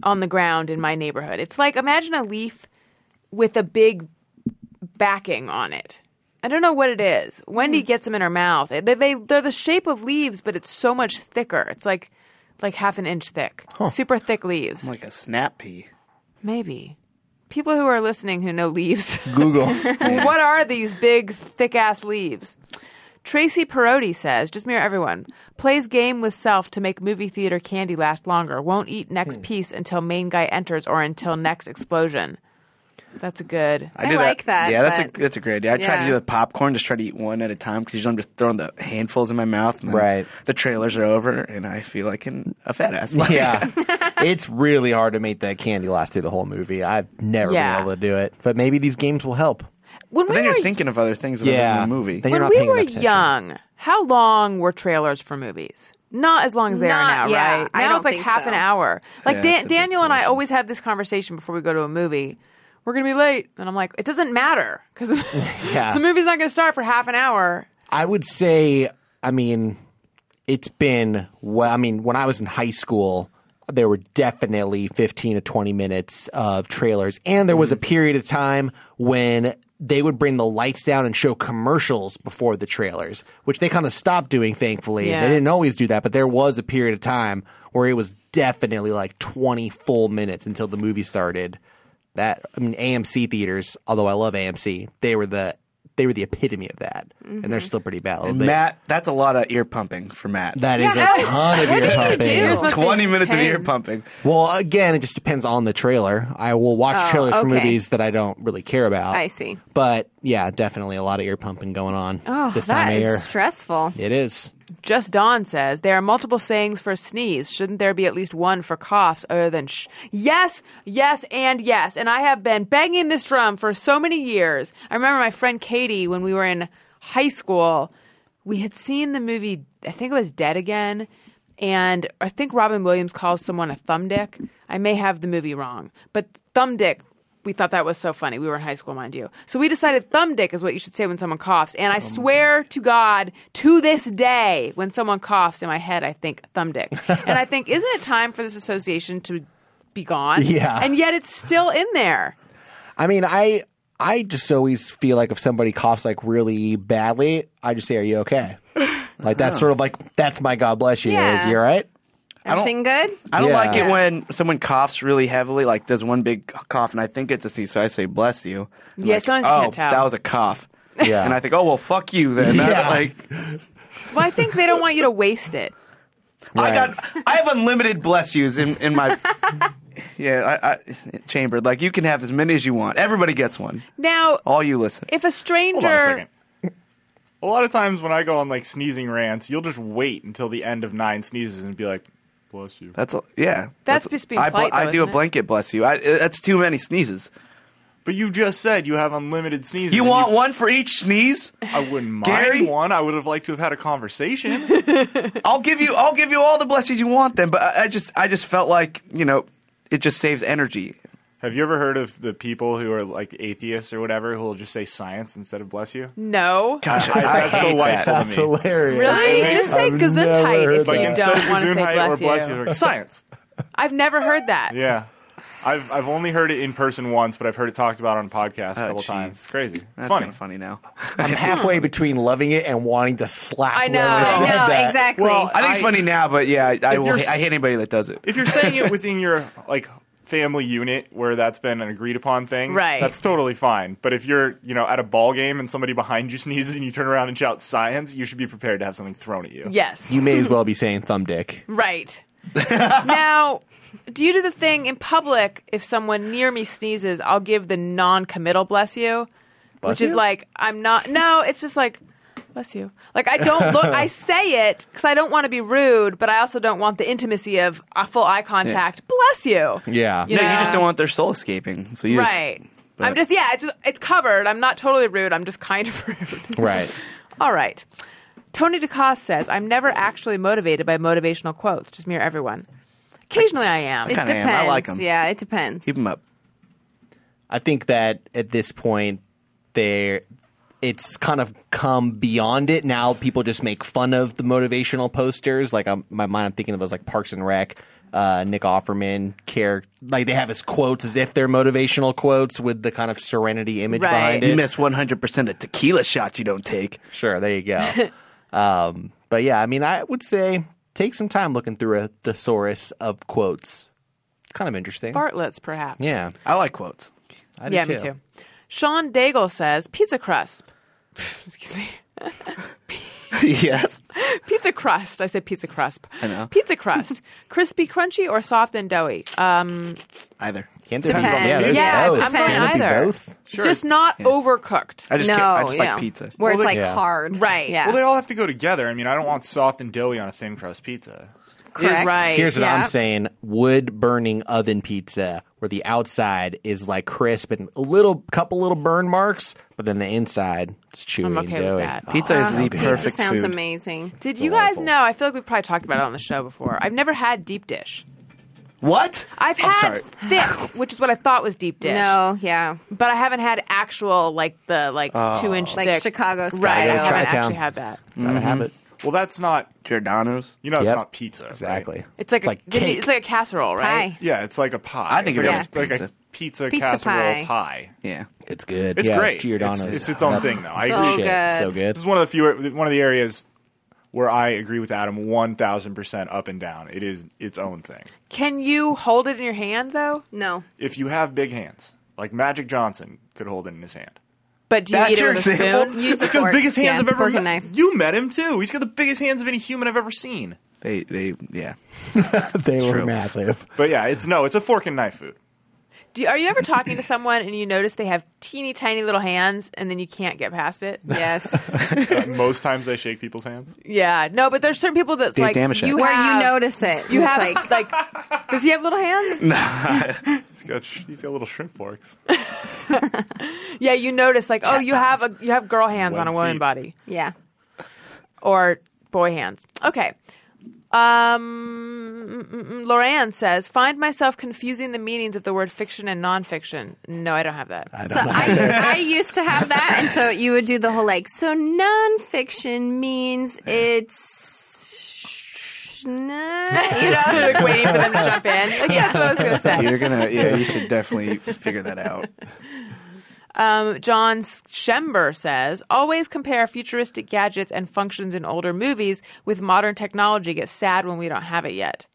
B: on the ground in my neighborhood. It's like imagine a leaf with a big backing on it. I don't know what it is. Wendy gets them in her mouth. They, they they're the shape of leaves, but it's so much thicker. It's like like half an inch thick, super thick leaves.
G: Like a snap pea.
B: Maybe people who are listening who know leaves.
E: Google.
B: what are these big, thick ass leaves? Tracy Perotti says, just mirror everyone, plays game with self to make movie theater candy last longer, won't eat
F: Hmm.
B: next piece until main guy enters or until next explosion. That's a good.
F: I like that,
G: Yeah, that's
F: but-
G: a that's a great idea. I tried to
F: Yeah.
G: do the popcorn, just try to eat one at a time because usually I'm just throwing the handfuls in my mouth. And then
E: Right.
G: The trailers are over, and I feel like an, a fat ass. Like,
E: yeah, it's really hard to make that candy last through the whole movie. I've never
B: Yeah.
E: been able to do it, but maybe these games will help.
B: When we
G: But then
B: were,
G: you're thinking of other things that
E: Yeah.
G: are in the movie.
E: Then you're
B: when
E: not
B: we
E: paying
B: were
E: enough attention.
B: young, how long were trailers for movies? Not as long as they
F: Not-
B: are now,
F: yeah,
B: right?
F: I
B: Now
F: don't
B: it's like
F: think
B: half
F: so.
B: an hour. Like
G: Yeah, it's a
B: Dan-
G: big
B: Daniel and I always have this conversation before we go to a movie. We're gonna be late, and I'm like, it doesn't matter because the,
E: Yeah.
B: the movie's not gonna start for half an hour.
E: I would say, I mean, it's been well. I mean, when I was in high school, there were definitely fifteen to twenty minutes of trailers, and there was a
G: Mm-hmm.
E: period of time when they would bring the lights down and show commercials before the trailers, which they kind of stopped doing. Thankfully,
B: Yeah.
E: they didn't always do that, but there was a period of time where it was definitely like twenty full minutes until the movie started. That I mean, AMC theaters. Although I love AMC, they were the they were the epitome of that, and
F: Mm-hmm.
E: they're still pretty bad. Although they-
G: Matt, that's a lot of ear pumping for Matt.
E: that is
B: how-
E: a ton
B: what
E: of ear
B: did you
E: pumping.
B: do? must be
G: 20 minutes of
B: pain.
G: ear pumping.
E: Well, again, it just depends on the trailer. I will watch
F: Oh,
E: trailers for
F: okay.
E: movies that I don't really care about.
F: I see.
E: But yeah, definitely a lot of ear pumping going on
F: Oh,
E: this time
F: that
E: of year.
F: is stressful.
E: it is.
B: Just Dawn says there are multiple sayings for sneeze. Shouldn't there be at least one for coughs other than sh? Yes, yes, and yes. And I have been banging this drum for so many years. I remember my friend Katie when we were in high school. We had seen the movie. I think it was Dead Again, and I think Robin Williams calls someone a thumb dick. I may have the movie wrong, but thumb dick. We thought that was so funny. We were in high school, mind you. So we decided thumb dick is what you should say when someone coughs. And I swear to God, to this day, when someone coughs in my head, I think thumb dick. and I think, isn't it time for this association to be gone?
E: Yeah.
B: And yet it's still in there.
E: I mean, I I just always feel like if somebody coughs like really badly, I just say, "Are you okay?" Like that's sort of like that's my God bless you.
F: Yeah.
E: Is you all right?
F: Everything good?
G: I don't
E: Yeah.
G: like it
E: Yeah.
G: when someone coughs really heavily, like does one big cough, and I think it's a sneeze, so I say "bless you." And
B: Yeah,
G: like,
B: sometimes you
G: oh,
B: can't tell."
G: that was a cough.
E: Yeah.
G: and I think, oh well, fuck you then.
E: Yeah.
G: Like
B: Well, I think they don't want you to waste it.
G: I got, I have unlimited bless yous in in my. Yeah, I, I chambered. Like you can have as many as you want. Everybody gets one.
B: Now,
G: All you listen.
B: if a
D: Hold on a
B: stranger.
D: second. A lot of times when I go on like sneezing rants, you'll just wait until the end of nine sneezes and be like, "Bless you."
G: That's a, yeah.
B: That's just being
G: I,
B: polite,
G: I
B: though,
G: do a
B: isn't it?
G: blanket bless you. I, uh, that's too many sneezes.
D: But you just said you have unlimited sneezes.
G: You
D: and
G: want one for each sneeze?
D: I wouldn't mind
G: Gary?
D: one. I would have liked to have had a conversation.
G: I'll give you I'll give you all the blessings you want then, but I, I just I just felt like, you know, it just saves energy.
D: have you ever heard of the people who are like atheists or whatever who will just say science instead of bless you?
B: No.
G: Gosh,
D: I- that's delightful
E: That's
D: to me.
E: hilarious.
B: Really? Just say
E: I've never
B: Gesundheit
E: heard
B: if
E: that.
D: Like
B: you
D: instead of
B: don't want to say
D: Gesundheit
B: bless,
D: or bless you,
B: you.
D: like, science.
B: I've never heard that.
D: Yeah. I've I've only heard it in person once, but I've heard it talked about on a podcast a
G: Oh,
D: couple
G: jeez.
D: times. It's crazy. It's
G: That's
D: funny.
G: kinda funny now.
E: I'm halfway between loving it and wanting to slap.
B: I know.
E: whoever said
F: No,
E: that.
F: exactly.
D: Well,
G: I think it's
D: I-
G: funny now, but yeah, I, I will
D: you're
G: ha-
D: s-
G: I hate anybody that does it.
D: If you're saying it within your like family unit where that's been an agreed upon thing,
B: Right.
D: that's totally fine. But if you're, you know, at a ball game and somebody behind you sneezes and you turn around and shout science, you should be prepared to have something thrown at you.
B: Yes.
E: You may as well be saying thumb dick.
B: Right. now, do you do the thing in public if someone near me sneezes, I'll give the non committal bless you, which is
E: you?
B: like, I'm not, no, it's just like, bless you. Like, I don't look, I say it because I don't want to be rude, but I also don't want the intimacy of uh, full eye contact. Bless you.
E: Yeah.
B: You
G: No,
B: know?
G: you just don't want their soul escaping. So you just-
B: Right.
G: but-
B: I'm just, yeah, it's, just, it's covered. I'm not totally rude. I'm just kind of rude.
E: Right.
B: All right. Tony DeCoste says, I'm never actually motivated by motivational quotes, just mere everyone. Occasionally I am.
F: it
G: kinda
F: depends.
G: am. I like 'em.
F: Yeah, it depends.
G: keep them up.
E: I think that at this point, there, it's kind of come beyond it. Now people just make fun of the motivational posters. Like I'm, my mind, I'm thinking of those like Parks and Rec, uh, Nick Offerman character. Like they have his quotes as if they're motivational quotes with the kind of serenity image
B: Right.
E: behind
G: You
E: it.
G: miss 100% of tequila shots you don't take.
E: Sure, there you go. um, but yeah, I mean, I would say take some time looking through a thesaurus of quotes. It's kind of interesting.
B: Bartlett's, perhaps.
E: yeah,
G: I like quotes.
E: I do
B: Yeah, me too. Sean Daigle says, pizza crust. Excuse me.
G: yes.
B: Pizza crust. I said pizza crust. I know. Pizza crust. Crispy, crunchy, or soft and doughy? Um,
G: Either.
E: Can't
F: Depends.
E: Yeah, there's
B: yeah,
E: both.
B: I'm going
E: Can't it be
B: either.
E: both?
B: Just not overcooked.
G: I just
F: no,
G: can't, I just
F: yeah.
G: like pizza.
D: Well,
F: Where it's
D: they-
F: like
E: Yeah.
F: hard.
B: Right.
F: Yeah.
D: Well, they all have to go together. I mean, I don't want soft and doughy on a thin crust pizza.
F: Correct.
B: Right.
E: Here's what I'm
F: Yeah.
E: saying: wood burning oven pizza, where the outside is like crisp and a little couple little burn marks, but then the inside it's chewy
B: I'm
E: and
B: okay
E: doughy.
B: with that.
G: Pizza is the
F: Pizza
G: perfect
F: sounds
G: food.
F: amazing.
B: Did you guys
E: Delightful.
B: know? I feel like we've probably talked about it on the show before. I've never had deep dish.
G: What?
B: I've
G: I'm
B: had
G: sorry.
B: thick, which is what I thought was deep dish.
F: No, yeah.
B: but I haven't had actual like the like two inch
F: Like
B: thick
F: Chicago
B: Right, I
F: style.
B: haven't
E: Tri-town.
B: actually had that.
E: Gotta have it.
D: Well, that's not.
G: Giordano's.
D: You know, it's
E: Yep.
D: not pizza. right?
E: Exactly.
B: It's like,
E: It's like
B: a, didn't-
E: cake.
B: it's like a casserole, right?
F: Pie.
D: Yeah, it's like a pie.
G: I
D: it's
G: think of
D: like, a-
G: it as
D: like
G: pizza.
D: a pizza,
F: Pizza
D: casserole
F: pie.
D: pie.
G: Yeah.
E: It's good.
D: It's
E: yeah,
D: great.
E: Giordano's.
D: It's- it's its own thing, though. I
F: So
D: agree.
E: Shit,
F: good.
E: so good.
D: This is one of the few, one of the areas where I agree with Adam one thousand percent up and down. It is its own thing.
B: Can you hold it in your hand though?
F: No.
D: If you have big hands, like Magic Johnson could hold it in his hand.
B: But do you eat it with a spoon?
F: Use a
D: He's got
F: fork.
D: the biggest hands
F: Yeah,
D: I've ever
F: fork
D: met.
F: and knife.
D: You met him too. He's got the biggest hands of any human I've ever seen.
G: They they yeah.
E: they were massive.
D: But yeah, it's no, it's a fork and knife food.
B: Do you, are you ever talking to someone and you notice they have teeny tiny little hands and then you can't get past it?
F: Yes.
D: Uh, Most times I shake people's hands.
B: Yeah, no, but there's certain people that's
G: Dave
B: like
G: Damashek.
B: you
F: Where
B: have,
F: you notice it.
B: You
F: It's
B: have
F: like
B: like, does he have little hands?
D: He's got sh- he's got little shrimp forks.
B: Yeah, you notice like oh you have
G: hands.
B: a you have girl hands on a
D: One
B: woman
D: feet.
B: body
F: yeah.
B: or boy hands. Okay. Um, mm, mm, mm, Lorraine says, find myself confusing the meanings of the word fiction and nonfiction. No, I don't have that.
F: So I, I used to have that, and so you would do the whole like so nonfiction means it's nah.
B: you know, like waiting for them to jump in. Like, that's what I was going to say.
G: You're gonna yeah, you should definitely figure that out.
F: Uh,
B: Um, John Schember says, always compare futuristic gadgets and functions in older movies with modern technology. Get sad when we don't have it yet.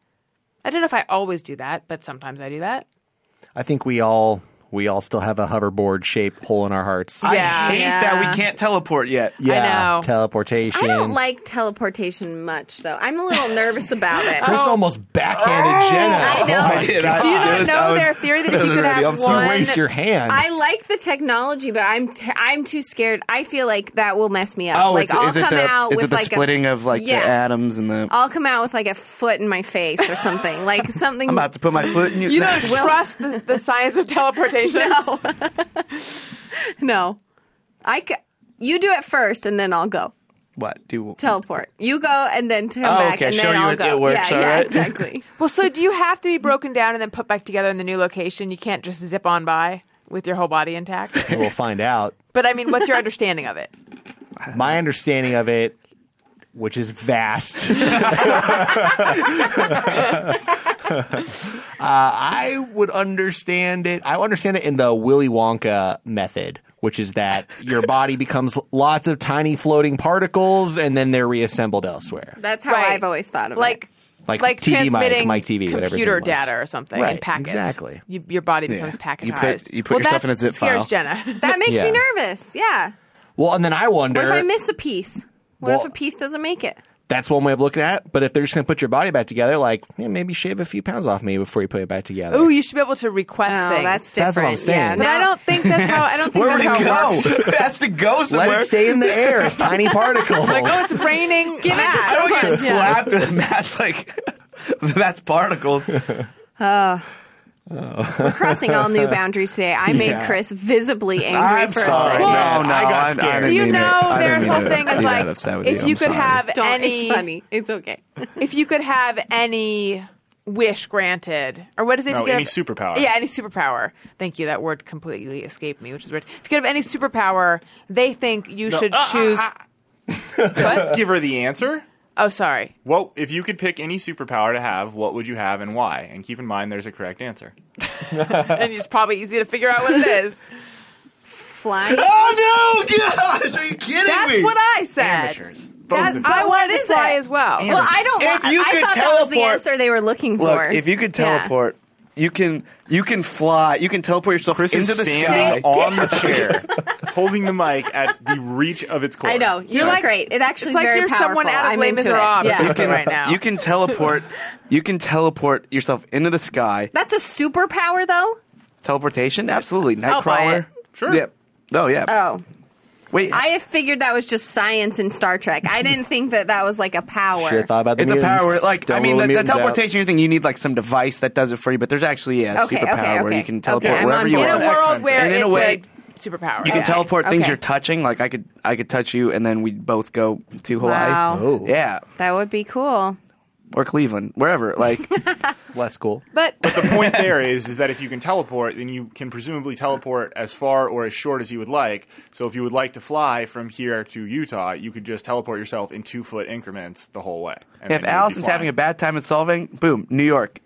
B: I don't know if I always do that, but sometimes I do that.
E: I think we all we all still have a hoverboard shaped hole in our hearts.
B: yeah.
G: I hate
F: Yeah.
G: that we can't teleport yet.
B: know.
E: teleportation.
F: I don't like teleportation much though. I'm a little nervous about it.
E: Chris almost backhanded Jenna. Oh
F: I know.
E: my
G: did.
E: God.
B: Do you
G: I
B: not
G: was-
B: know
G: I was-
B: their theory that if
G: I
B: you
G: was
B: could
G: ready.
B: have
G: I'm
B: one?
G: sorry.
E: Waste your hand.
F: I like the technology, but I'm t- I'm too scared. I feel like that will mess me up.
G: Oh,
F: like
G: it's,
F: I'll
G: is it
F: come
G: the,
F: out
G: is
F: with
G: it the
F: like
G: splitting
F: a,
G: of like
F: Yeah.
G: the atoms and the?
F: I'll come out with like a foot in my face or something. Like something.
G: I'm about to put my foot in you.
B: You don't trust the, the science of teleportation?
F: no. no. I c- you do it first and then I'll go.
G: what do
F: Teleport. You go and then come
G: Oh,
F: back
G: okay.
F: and
G: Show
F: then
G: you
F: I'll
G: it-
F: go.
G: it works,
F: yeah,
G: all
F: yeah,
G: right.
F: exactly.
B: Well, so do you have to be broken down and then put back together in the new location? You can't just zip on by with your whole body intact.
E: we'll find out.
B: But I mean, what's your understanding of it?
E: My understanding of it, which is vast. Uh, I would understand it. I understand it in the Willy Wonka method, which is that your body becomes lots of tiny floating particles and then they're reassembled elsewhere.
F: That's how
B: Right.
F: I've always thought of
B: Like,
E: Like
B: like
E: TV mic,
B: transmitting
E: mic TV, whatever his
B: computer
E: name was.
B: data or something in
E: Right,
B: packets.
E: exactly.
B: You, your body becomes
G: Yeah.
B: packetized.
G: You put- you put
B: Well,
G: yourself
B: that
G: in a zip
B: scares
G: file.
B: Jenna.
F: it. That makes
E: Yeah.
F: me nervous. Yeah.
E: Well, and then I wonder
F: What if I miss a piece? What if
E: Well-
F: a piece doesn't make
B: Oh,
F: it?
E: that's one way of looking at it. But if they're just going to put your body back together, like yeah, maybe shave a few pounds off me before you put it back together.
B: Ooh, you should be able to request
F: Oh,
B: things.
F: that's different.
E: That's what I'm
F: Yeah,
E: saying.
B: But I don't think that's how. I don't think
E: Where
B: that's
E: would
B: how
E: it
B: it
E: go?
B: works.
G: That's the ghost.
E: Let it stay in the air as tiny particles.
B: Like, oh, it's raining. Give
F: it to
G: I would get
F: Sometimes, yeah.
G: slapped with Matt's like that's particles.
F: We're crossing all new boundaries today. I made Chris visibly angry
G: I'm
F: for
G: sorry.
F: a
G: no, no,
F: second.
B: Well,
G: I got scared.
B: Do you know their whole thing is like if you could have
F: Don't,
B: any
F: it's funny. It's okay.
B: if you could have any wish granted, or what is it? if
D: No,
B: you could
D: any
B: have-
D: superpower.
B: Yeah, any superpower. Thank you. That word completely escaped me, which is weird. If you could have any superpower, they think you
G: Uh,
B: should choose.
D: Give her the answer.
B: Oh, sorry.
D: Well, if you could pick any superpower to have, what would you have and why? And keep in mind, there's a correct answer.
B: And it's probably easy to figure out what it is.
F: Flying.
G: Oh no! Gosh, are you kidding
B: That's what I said.
D: Amateurs. Both
B: That-
D: of them.
B: I wanted
F: But what
B: to
F: is
B: fly
F: it?
B: as well.
F: Well, I don't.
G: If
F: want-
G: you
F: I
G: could
F: thought that was the
G: teleport-
F: answer they were looking
G: Look,
F: for.
G: if you could
F: Yeah.
G: teleport, you can you can fly. You can teleport yourself
D: Chris
G: into
D: is
G: the sky.
D: standing on the chair, holding the mic at the reach of its cord.
F: I know you're
B: like-
F: like great. It actually
B: it's
F: is
B: like
F: very
B: you're
F: powerful.
B: someone out of
F: I'm
B: Les
F: into it.
B: Miserables.
F: Yeah.
B: You can- right now.
G: You can teleport. You can teleport yourself into the sky.
F: That's a superpower, though.
G: Teleportation, absolutely.
B: I'll buy
G: Nightcrawler,
B: it.
G: sure. Yep. Oh yeah.
F: Oh,
G: Wait,
F: I have figured that was just science in Star Trek. I didn't think that that was like a power.
E: Sure thought about the
G: it's a
E: mutants.
G: power. where, Like
E: Don't
G: I mean,
E: rule
G: the, the
E: mutants out.
G: teleportation you think you need like some device that does it for you, but there's actually yeah, a
F: Okay, okay,
G: superpower where
F: okay.
G: you can teleport
F: Okay, I'm
G: wherever
F: on
G: you
B: in
F: board.
B: a
G: want.
F: X-Men
B: world where
G: and in
B: it's
G: a way,
B: a superpower.
G: you can
B: Okay.
G: teleport things
F: okay.
G: you're touching. Like I could, I could touch you, and then we'd both go to Hawaii.
F: Wow.
E: Oh.
G: Yeah,
F: That would be cool.
G: or Cleveland, wherever. Like,
E: Less cool.
B: But
D: the point there is is that if you can teleport, then you can presumably teleport as far or as short as you would like. So if you would like to fly from here to Utah, you could just teleport yourself in two foot increments the whole way. And then you would
G: if
D: be
G: Allison's
D: flying.
G: having a bad time at solving, boom, New York.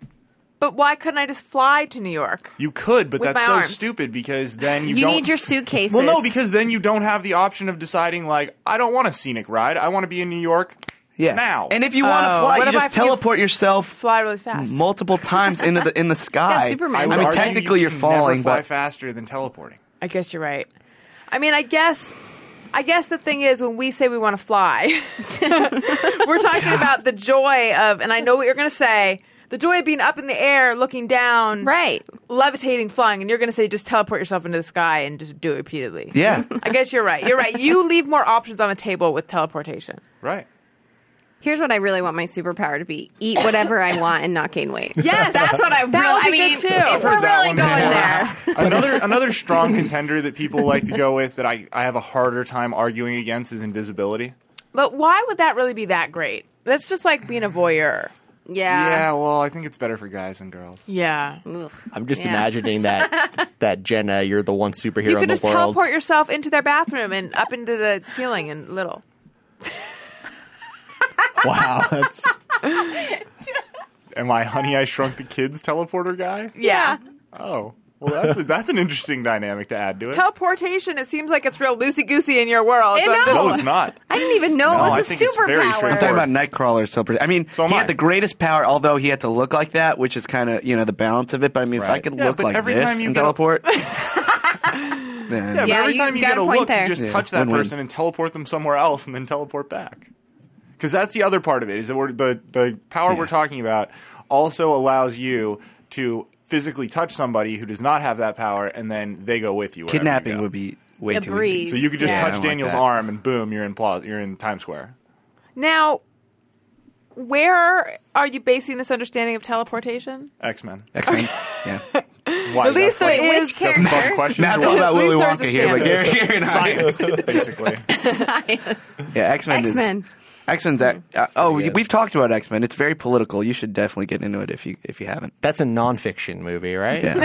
B: but why couldn't I just fly to New York?
D: you could, but
B: with
D: that's
B: my
D: so
B: arms.
D: stupid because then you
F: You
D: don't,
F: need your suitcases.
D: Well, no, because then you don't have the option of deciding like I don't want a scenic ride. I want to be in New York
G: Yeah.
D: now.
G: And if you want to
B: Oh,
G: fly,
B: what if
G: you
B: I
G: just
B: flew-
G: teleport yourself
B: Fly really fast.
G: multiple times into the in the sky.
F: Superman.
D: I,
F: I
D: would
G: mean,
D: argue
G: technically
D: you
G: are
D: can
G: falling,
D: never fly
G: but-
D: faster than teleporting.
B: I guess you're right. I mean, I guess, I guess the thing is when we say we want to fly, we're talking about the joy of, and I know what you're going to say, the joy of being up in the air, looking down,
F: right.
B: levitating, flying, and you're going to say just teleport yourself into the sky and just do it repeatedly.
G: Yeah.
B: I guess you're right. You're right. You leave more options on the table with teleportation.
D: Right.
F: Here's what I really want my superpower to be: eat whatever I want and not gain weight.
B: Yes,
F: that's what I really.
B: That would
F: I
B: be
F: mean,
B: good, too.
F: if we're
B: Heard
D: that
F: really
D: one
F: going
D: before.
F: there,
D: another another strong contender that people like to go with that I, I have a harder time arguing against is invisibility.
B: But why would that really be that great? That's just like being a voyeur.
D: yeah, well, I think it's better for guys and girls.
B: Yeah.
E: I'm just
F: Yeah.
E: imagining that that Jenna, you're the one superhero
B: You
E: in
B: could
E: the
B: just
E: world.
B: teleport yourself into their bathroom and up into the ceiling and little.
E: wow, that's
D: Am I Honey I Shrunk the Kids teleporter guy?
B: Yeah.
D: Oh, well, that's a, that's an interesting dynamic to add to it.
B: Teleportation, it seems like it's real loosey goosey in your world.
F: I
B: So I'm
F: know.
B: just-
D: no, it's not.
F: I didn't even know
D: No,
F: it
D: I
F: was a
D: think it's very
G: I'm
F: superpower.
D: straightforward.
G: talking about Nightcrawler's teleport. I mean,
D: So am
G: he
D: I.
G: had the greatest power, although he had to look like that, which is kind of you know the balance of it. But I mean, if I
D: Right.
G: could
D: Yeah,
G: look
D: but
G: like
D: every
G: this
D: time you
G: and
D: get a-
G: teleport, then
D: Yeah, but
F: Yeah,
D: every
F: you-
D: time you,
F: you got
D: get
F: a
D: a
F: point
D: look,
F: there.
D: you just
G: Yeah,
D: touch that
G: win-win.
D: person and teleport them somewhere else, and then teleport back. Because that's the other part of it is that we're, the the power we're talking about also allows you to physically touch somebody who does not have that power, and then they go with you. wherever you
G: kidnapping
D: go.
G: would be way
F: A
G: too
F: breeze.
G: easy.
D: So you could just
F: Yeah.
G: I don't
D: touch
G: like
D: Daniel's
G: that.
D: arm, and boom, you're in Plaza, you're in Times Square.
B: Now, where are you basing this understanding of teleportation?
D: X Men.
G: X-Men. yeah.
D: At
B: At least there is
F: Which character?
D: Fun question.
G: Matt's all about
B: At
G: Willy
B: least there was
G: Wonka
B: a
G: here, but
B: standard.
G: Gary, Gary and I.
D: science, basically.
G: Yeah, X Men.
F: X Men.
G: X Men's.
B: Mm-hmm.
G: Uh, oh,
E: pretty good.
G: we've talked about X Men. It's very political. You should definitely get into it if you if you haven't.
E: that's a nonfiction movie, right?
G: Yeah.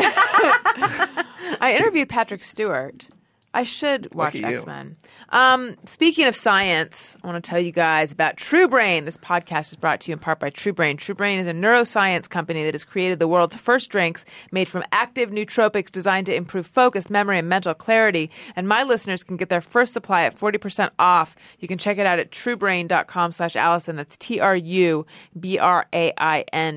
B: I interviewed Patrick Stewart. I should watch
G: at you.
B: X Men. Um, speaking of science, I want to tell you guys about True Brain. This podcast is brought to you in part by True Brain. True Brain is a neuroscience company that has created the world's first drinks made from active nootropics designed to improve focus, memory, and mental clarity. And my listeners can get their first supply at 40% off. You can check it out at truebrain.com slash Allison. That's T-R-U-B-R-A-I-N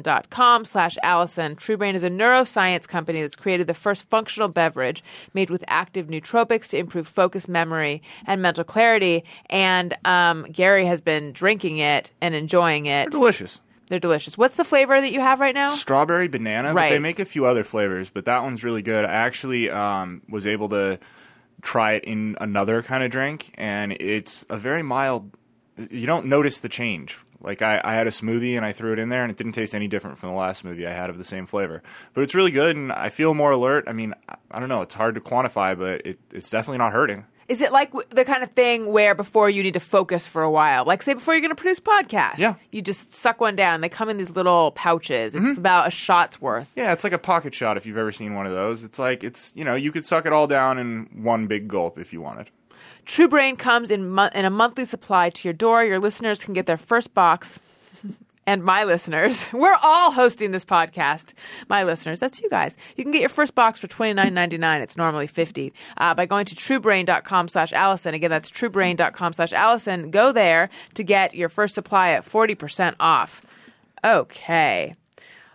B: dot com slash Allison. True Brain is a neuroscience company that's created the first functional beverage made with active nootropics to improve focus, memory, and mental clarity. And um, Gary has been drinking it and enjoying it.
D: Delicious.
B: They're delicious. What's the flavor that you have right now?
D: Strawberry banana. But they
B: Right.
D: make a few other flavors, but that one's really good. I actually um, was able to try it in another kind of drink, and it's a very mild. You don't notice the change. Like I, I had a smoothie and I threw it in there, and it didn't taste any different from the last smoothie I had of the same flavor. But it's really good, and I feel more alert. I mean, I- I don't know. It's hard to quantify, but it, it's definitely not hurting.
B: Is it like w- the kind of thing where before you need to focus for a while? Like, say, before you're going to produce podcast,
D: Yeah.
B: you just suck one down. They come in these little pouches. It's about a shot's worth.
D: Yeah, it's like a pocket shot if you've ever seen one of those. It's like it's you know you could suck it all down in one big gulp if you wanted.
B: True Brain comes in, mo- in a monthly supply to your door. Your listeners can get their first box. And my listeners, we're all hosting this podcast. My listeners, that's you guys. You can get your first box for twenty nine ninety nine. It's normally fifty. Uh, by going to truebrain.com slash Allison. Again, that's truebrain.com slash Allison. Go there to get your first supply at forty percent off. Okay.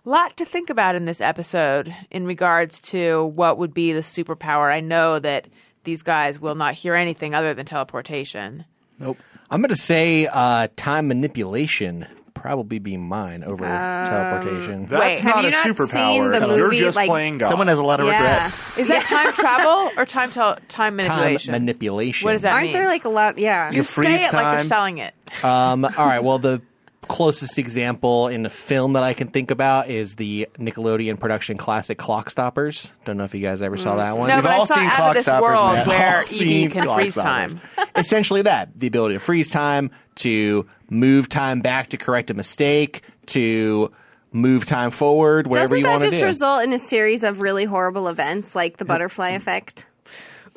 B: Lot to think about in this episode in regards to what would be the superpower. I know that these guys will not hear anything other than teleportation.
E: Nope. I'm gonna say uh, time manipulation probably be mine over teleportation.
D: That's
B: Wait, have
D: not
F: you
D: a
F: not
D: superpower.
F: seen the
D: You're
F: movie,
D: just
F: like-
D: playing God.
G: Someone has a lot of
F: Yeah.
G: regrets.
B: Is that time travel or time tel- time
E: time
B: manipulation?
E: manipulation.
B: What does that
F: Aren't
B: mean?
F: there like a lot? Yeah.
G: You
B: Say
G: freeze
B: it like
G: time.
B: they're selling it.
E: Um, all right. Well, the closest example in a film that I can think about is the Nickelodeon production classic Clock Stoppers. Don't know if you guys ever saw that
B: Mm.
E: one.
B: No,
G: We've
B: but I
G: all
B: saw
G: seen
B: out
G: Clock
B: of this
G: Stoppers,
B: world
G: man.
B: where
E: All seen
B: Edie can
E: Clock
B: freeze
E: Stoppers.
B: time.
E: Essentially, that the ability to freeze time, to move time back to correct a mistake, to move time forward wherever
F: Doesn't
E: you
F: that
E: want to
F: just
E: do.
F: result in a series of really horrible events like the butterfly
D: Mm.
F: effect?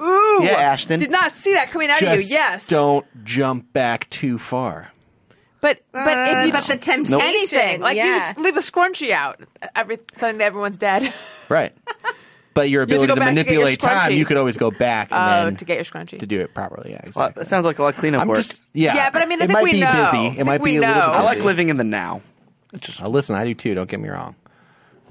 B: Ooh,
G: Yeah, Ashton.
B: Did not see that coming out of you.
E: just
B: Yes,
E: don't jump back too far.
B: but Uh, but if you
F: but the temptation,
B: anything like
F: yeah.
B: you leave a scrunchie out, every suddenly everyone's dead.
E: Right. But your
B: have to
E: ability
B: go
E: to,
B: back to get your
E: manipulate time,
B: scrunchie.
E: you could always go back and
B: Oh,
E: then
B: to get your scrunchie.
E: to do it properly. Yeah,
G: Well,
E: exactly.
G: that sounds like a lot of cleanup
E: I'm
G: work.
E: just yeah.
B: Yeah, but I mean, I
E: it
B: think
E: might
B: we
E: be
B: know. I
E: busy. It
B: think
E: might
B: we
E: be a little
B: know.
E: too
G: I like
E: busy.
G: living in the now.
E: Uh, listen, I do too. Don't get me wrong.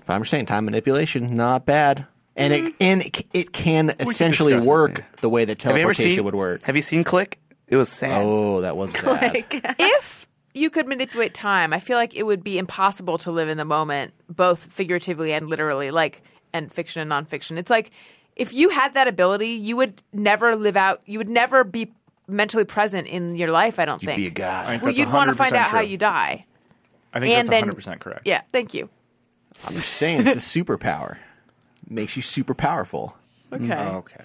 E: But I'm just saying, time manipulation not bad, and it and it, c- it can essentially
G: Mm-hmm. discuss it,
E: work
G: yeah.
E: the way that
G: Have you ever
E: teleportation
G: seen
E: would work.
G: Have you seen Click? It was sad.
E: oh, that was bad.
B: if you could manipulate time, I feel like it would be impossible to live in the moment, both figuratively and literally, like and fiction and nonfiction. It's like if you had that ability, you would never live out. You would never be mentally present in your life. I don't
E: You'd
B: think.
E: be a god.
D: I think
B: Well,
D: that's
B: you'd want to
D: 100%
B: find out how
D: true.
B: you die,
D: I think
B: and
D: that's
B: then
D: 100% correct.
B: Yeah, thank you.
E: I'm just saying, it's a superpower. Makes you super powerful.
D: Mm.
B: Okay.
D: Okay.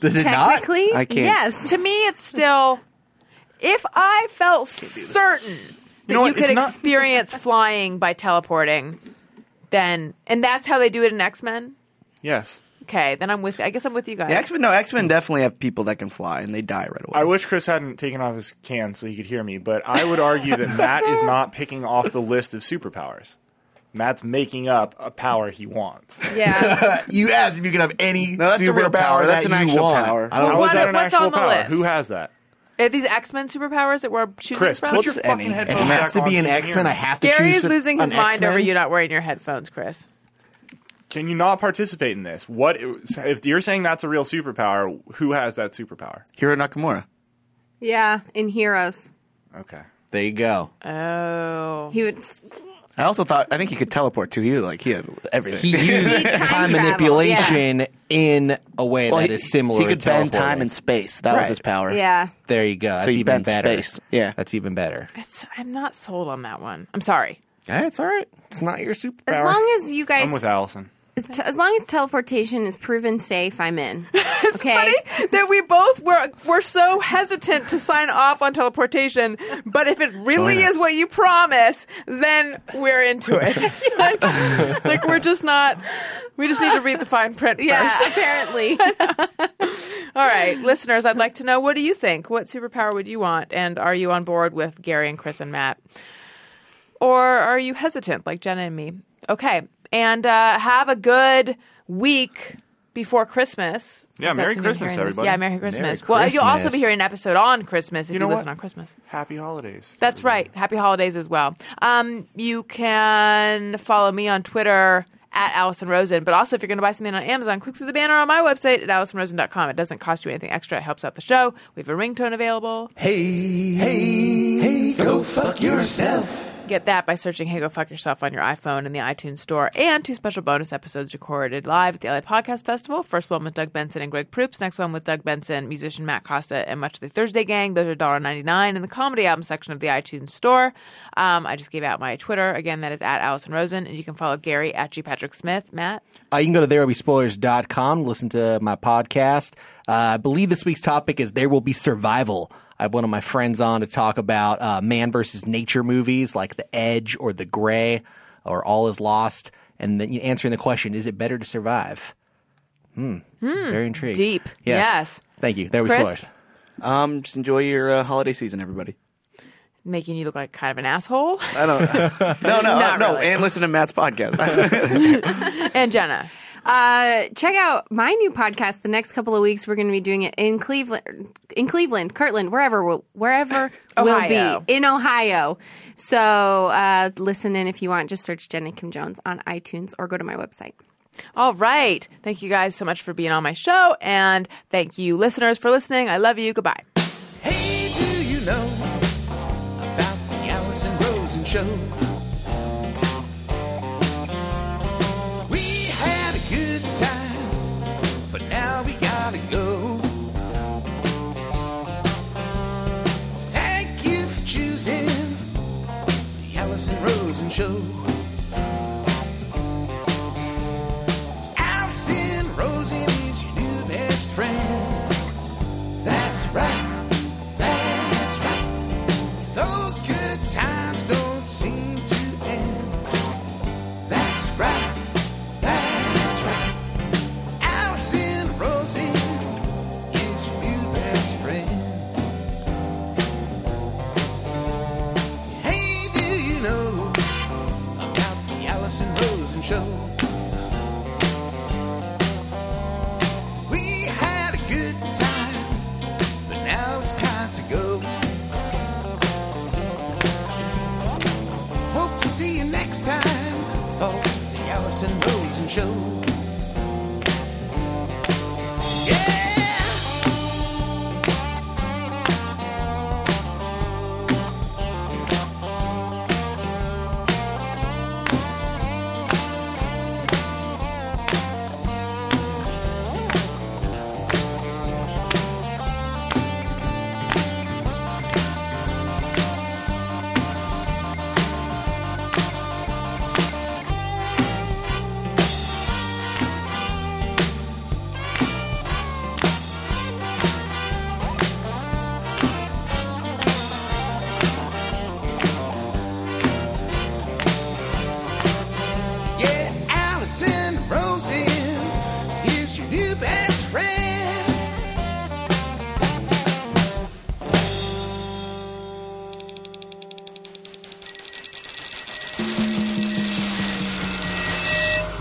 E: Does it not?
F: Technically,
G: I can't.
F: Yes.
B: To me, it's still. If I felt certain that you,
D: know what,
B: could
D: it's not-
B: experience flying by teleporting, then and that's how they do it in X Men.
D: Yes.
B: Okay, then I'm with. I guess I'm with you guys.
G: X Men. No, X Men definitely have people that can fly and they die right away.
D: I wish Chris hadn't taken off his can so he could hear me, but I would argue that Matt is not picking off the list of superpowers. Matt's making up a power he wants.
F: yeah.
E: You asked if you could have any
G: No, that's a real power.
E: superpower
G: That's
E: that
G: an
E: you
G: actual
E: want.
G: power.
E: I don't
D: How
B: What-
D: is that an
B: what's
D: actual
B: on the
D: power?
B: list?
D: Who has that?
B: Are these X Men superpowers that we're shooting
D: Chris,
B: from?
D: put your
G: any.
D: fucking
E: It
D: headphones back
E: has to
D: on
E: be an
D: so you can
E: X Men.
D: hear
E: I
D: me.
E: have to
B: Gary's
E: choose a-
B: losing his
E: an
B: mind
E: X-Men?
B: over you not wearing your headphones, Chris.
D: Can you not participate in this? What if you're saying that's a real superpower? Who has that superpower?
G: Hiro Nakamura.
F: yeah. In Heroes,
D: Okay.
E: There you go.
B: Oh,
F: he would.
G: I also thought I think he could teleport too. He was like he had everything.
E: He used time,
F: travel,
E: manipulation in a way
G: Well,
E: that
G: he-
E: is similar.
G: He could
E: to
G: bend
E: teleporting.
G: time and space. That
E: Right.
G: was his power.
F: Yeah.
E: There you go. That's
G: you
E: even
G: bent
E: better.
G: space. Yeah.
E: that's even better.
B: It's, I'm not sold on that one. I'm sorry.
E: Eh, it's all right. It's not your superpower.
F: As long as you guys,
D: I'm with Allison.
F: t- as long as teleportation is proven safe, I'm in. okay.
B: that we both were were so hesitant to sign off on teleportation, but if it really
G: Join us.
B: is what you promise, then we're into it. like, like, we're just not. We just need to read the fine print
F: Yeah.
B: first.
F: Uh, Apparently.
B: All right, listeners, I'd like to know what do you think? What superpower would you want? And are you on board with Gary and Chris and Matt? Or are you hesitant like Jenna and me? Okay, and uh, have a good week before Christmas. since
D: Yeah, Merry
B: that's when you're
D: Christmas,
B: hearing this.
D: everybody.
B: Yeah, Merry Christmas. Well, you'll also
E: Christmas.
B: be hearing an episode on Christmas if you,
D: know
B: listen
D: what?
B: on Christmas.
D: Happy holidays.
B: That's right. Happy holidays as well. Um, you can follow me on Twitter at Allison Rosen. But also, if you're going to buy something on Amazon, click through the banner on my website at AllisonRosen.com. It doesn't cost you anything extra. It helps out the show. We have a ringtone available.
C: Hey, hey, hey, go fuck yourself.
B: Get that by searching Hey Go Fuck Yourself on your iPhone in the iTunes Store. And two special bonus episodes recorded live at the LA Podcast Festival. First one with Doug Benson and Greg Proops. Next one with Doug Benson, musician Matt Costa, and much of the Thursday Gang. Those are $1.99 in the comedy album section of the iTunes Store. Um, I just gave out my Twitter. Again, that is at Allison Rosen. And you can follow Gary at G. Patrick Smith. Matt?
E: Uh, you can go to thereillbespoilers.com, listen to my podcast. Uh, I believe this week's topic is There Will Be Survival. I have one of my friends on to talk about uh, man versus nature movies like The Edge or The Gray or All Is Lost, and then you answering the question, is it better to survive? Hmm. Very intrigued.
B: Deep. Yes.
E: Thank you. There we
B: Chris?
E: spoilers.
G: Um, just enjoy your uh, holiday season, everybody.
B: Making you look like kind of an asshole.
G: I don't. no, no, uh,
B: Not
G: no.
B: really.
G: And listen to Matt's podcast.
B: and Jenna.
F: Uh, check out my new podcast. The next couple of weeks, we're going to be doing it in Cleveland, in Cleveland, Kirtland, wherever we'll, wherever we'll
B: Ohio.
F: be in Ohio. So uh, listen in if you want. Just search Jenny Kim Jones on iTunes or go to my website.
B: All right. Thank you guys so much for being on my show. And thank you, listeners, for listening. I love you. Goodbye.
C: Hey, do you know about the Allison Rosen show? We had a good time, but now we gotta go. Thank you for choosing the Allison Rosen show. Allison Rosen is your new best friend. That's right. That's right. Those good times don't seem to end. show. We had a good time, but now it's time to go. Hope to see you next time for the Allison Rosen show. Yeah! Yeah, Allison Rosen is your new best friend.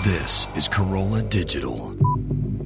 A: This is Corolla Digital.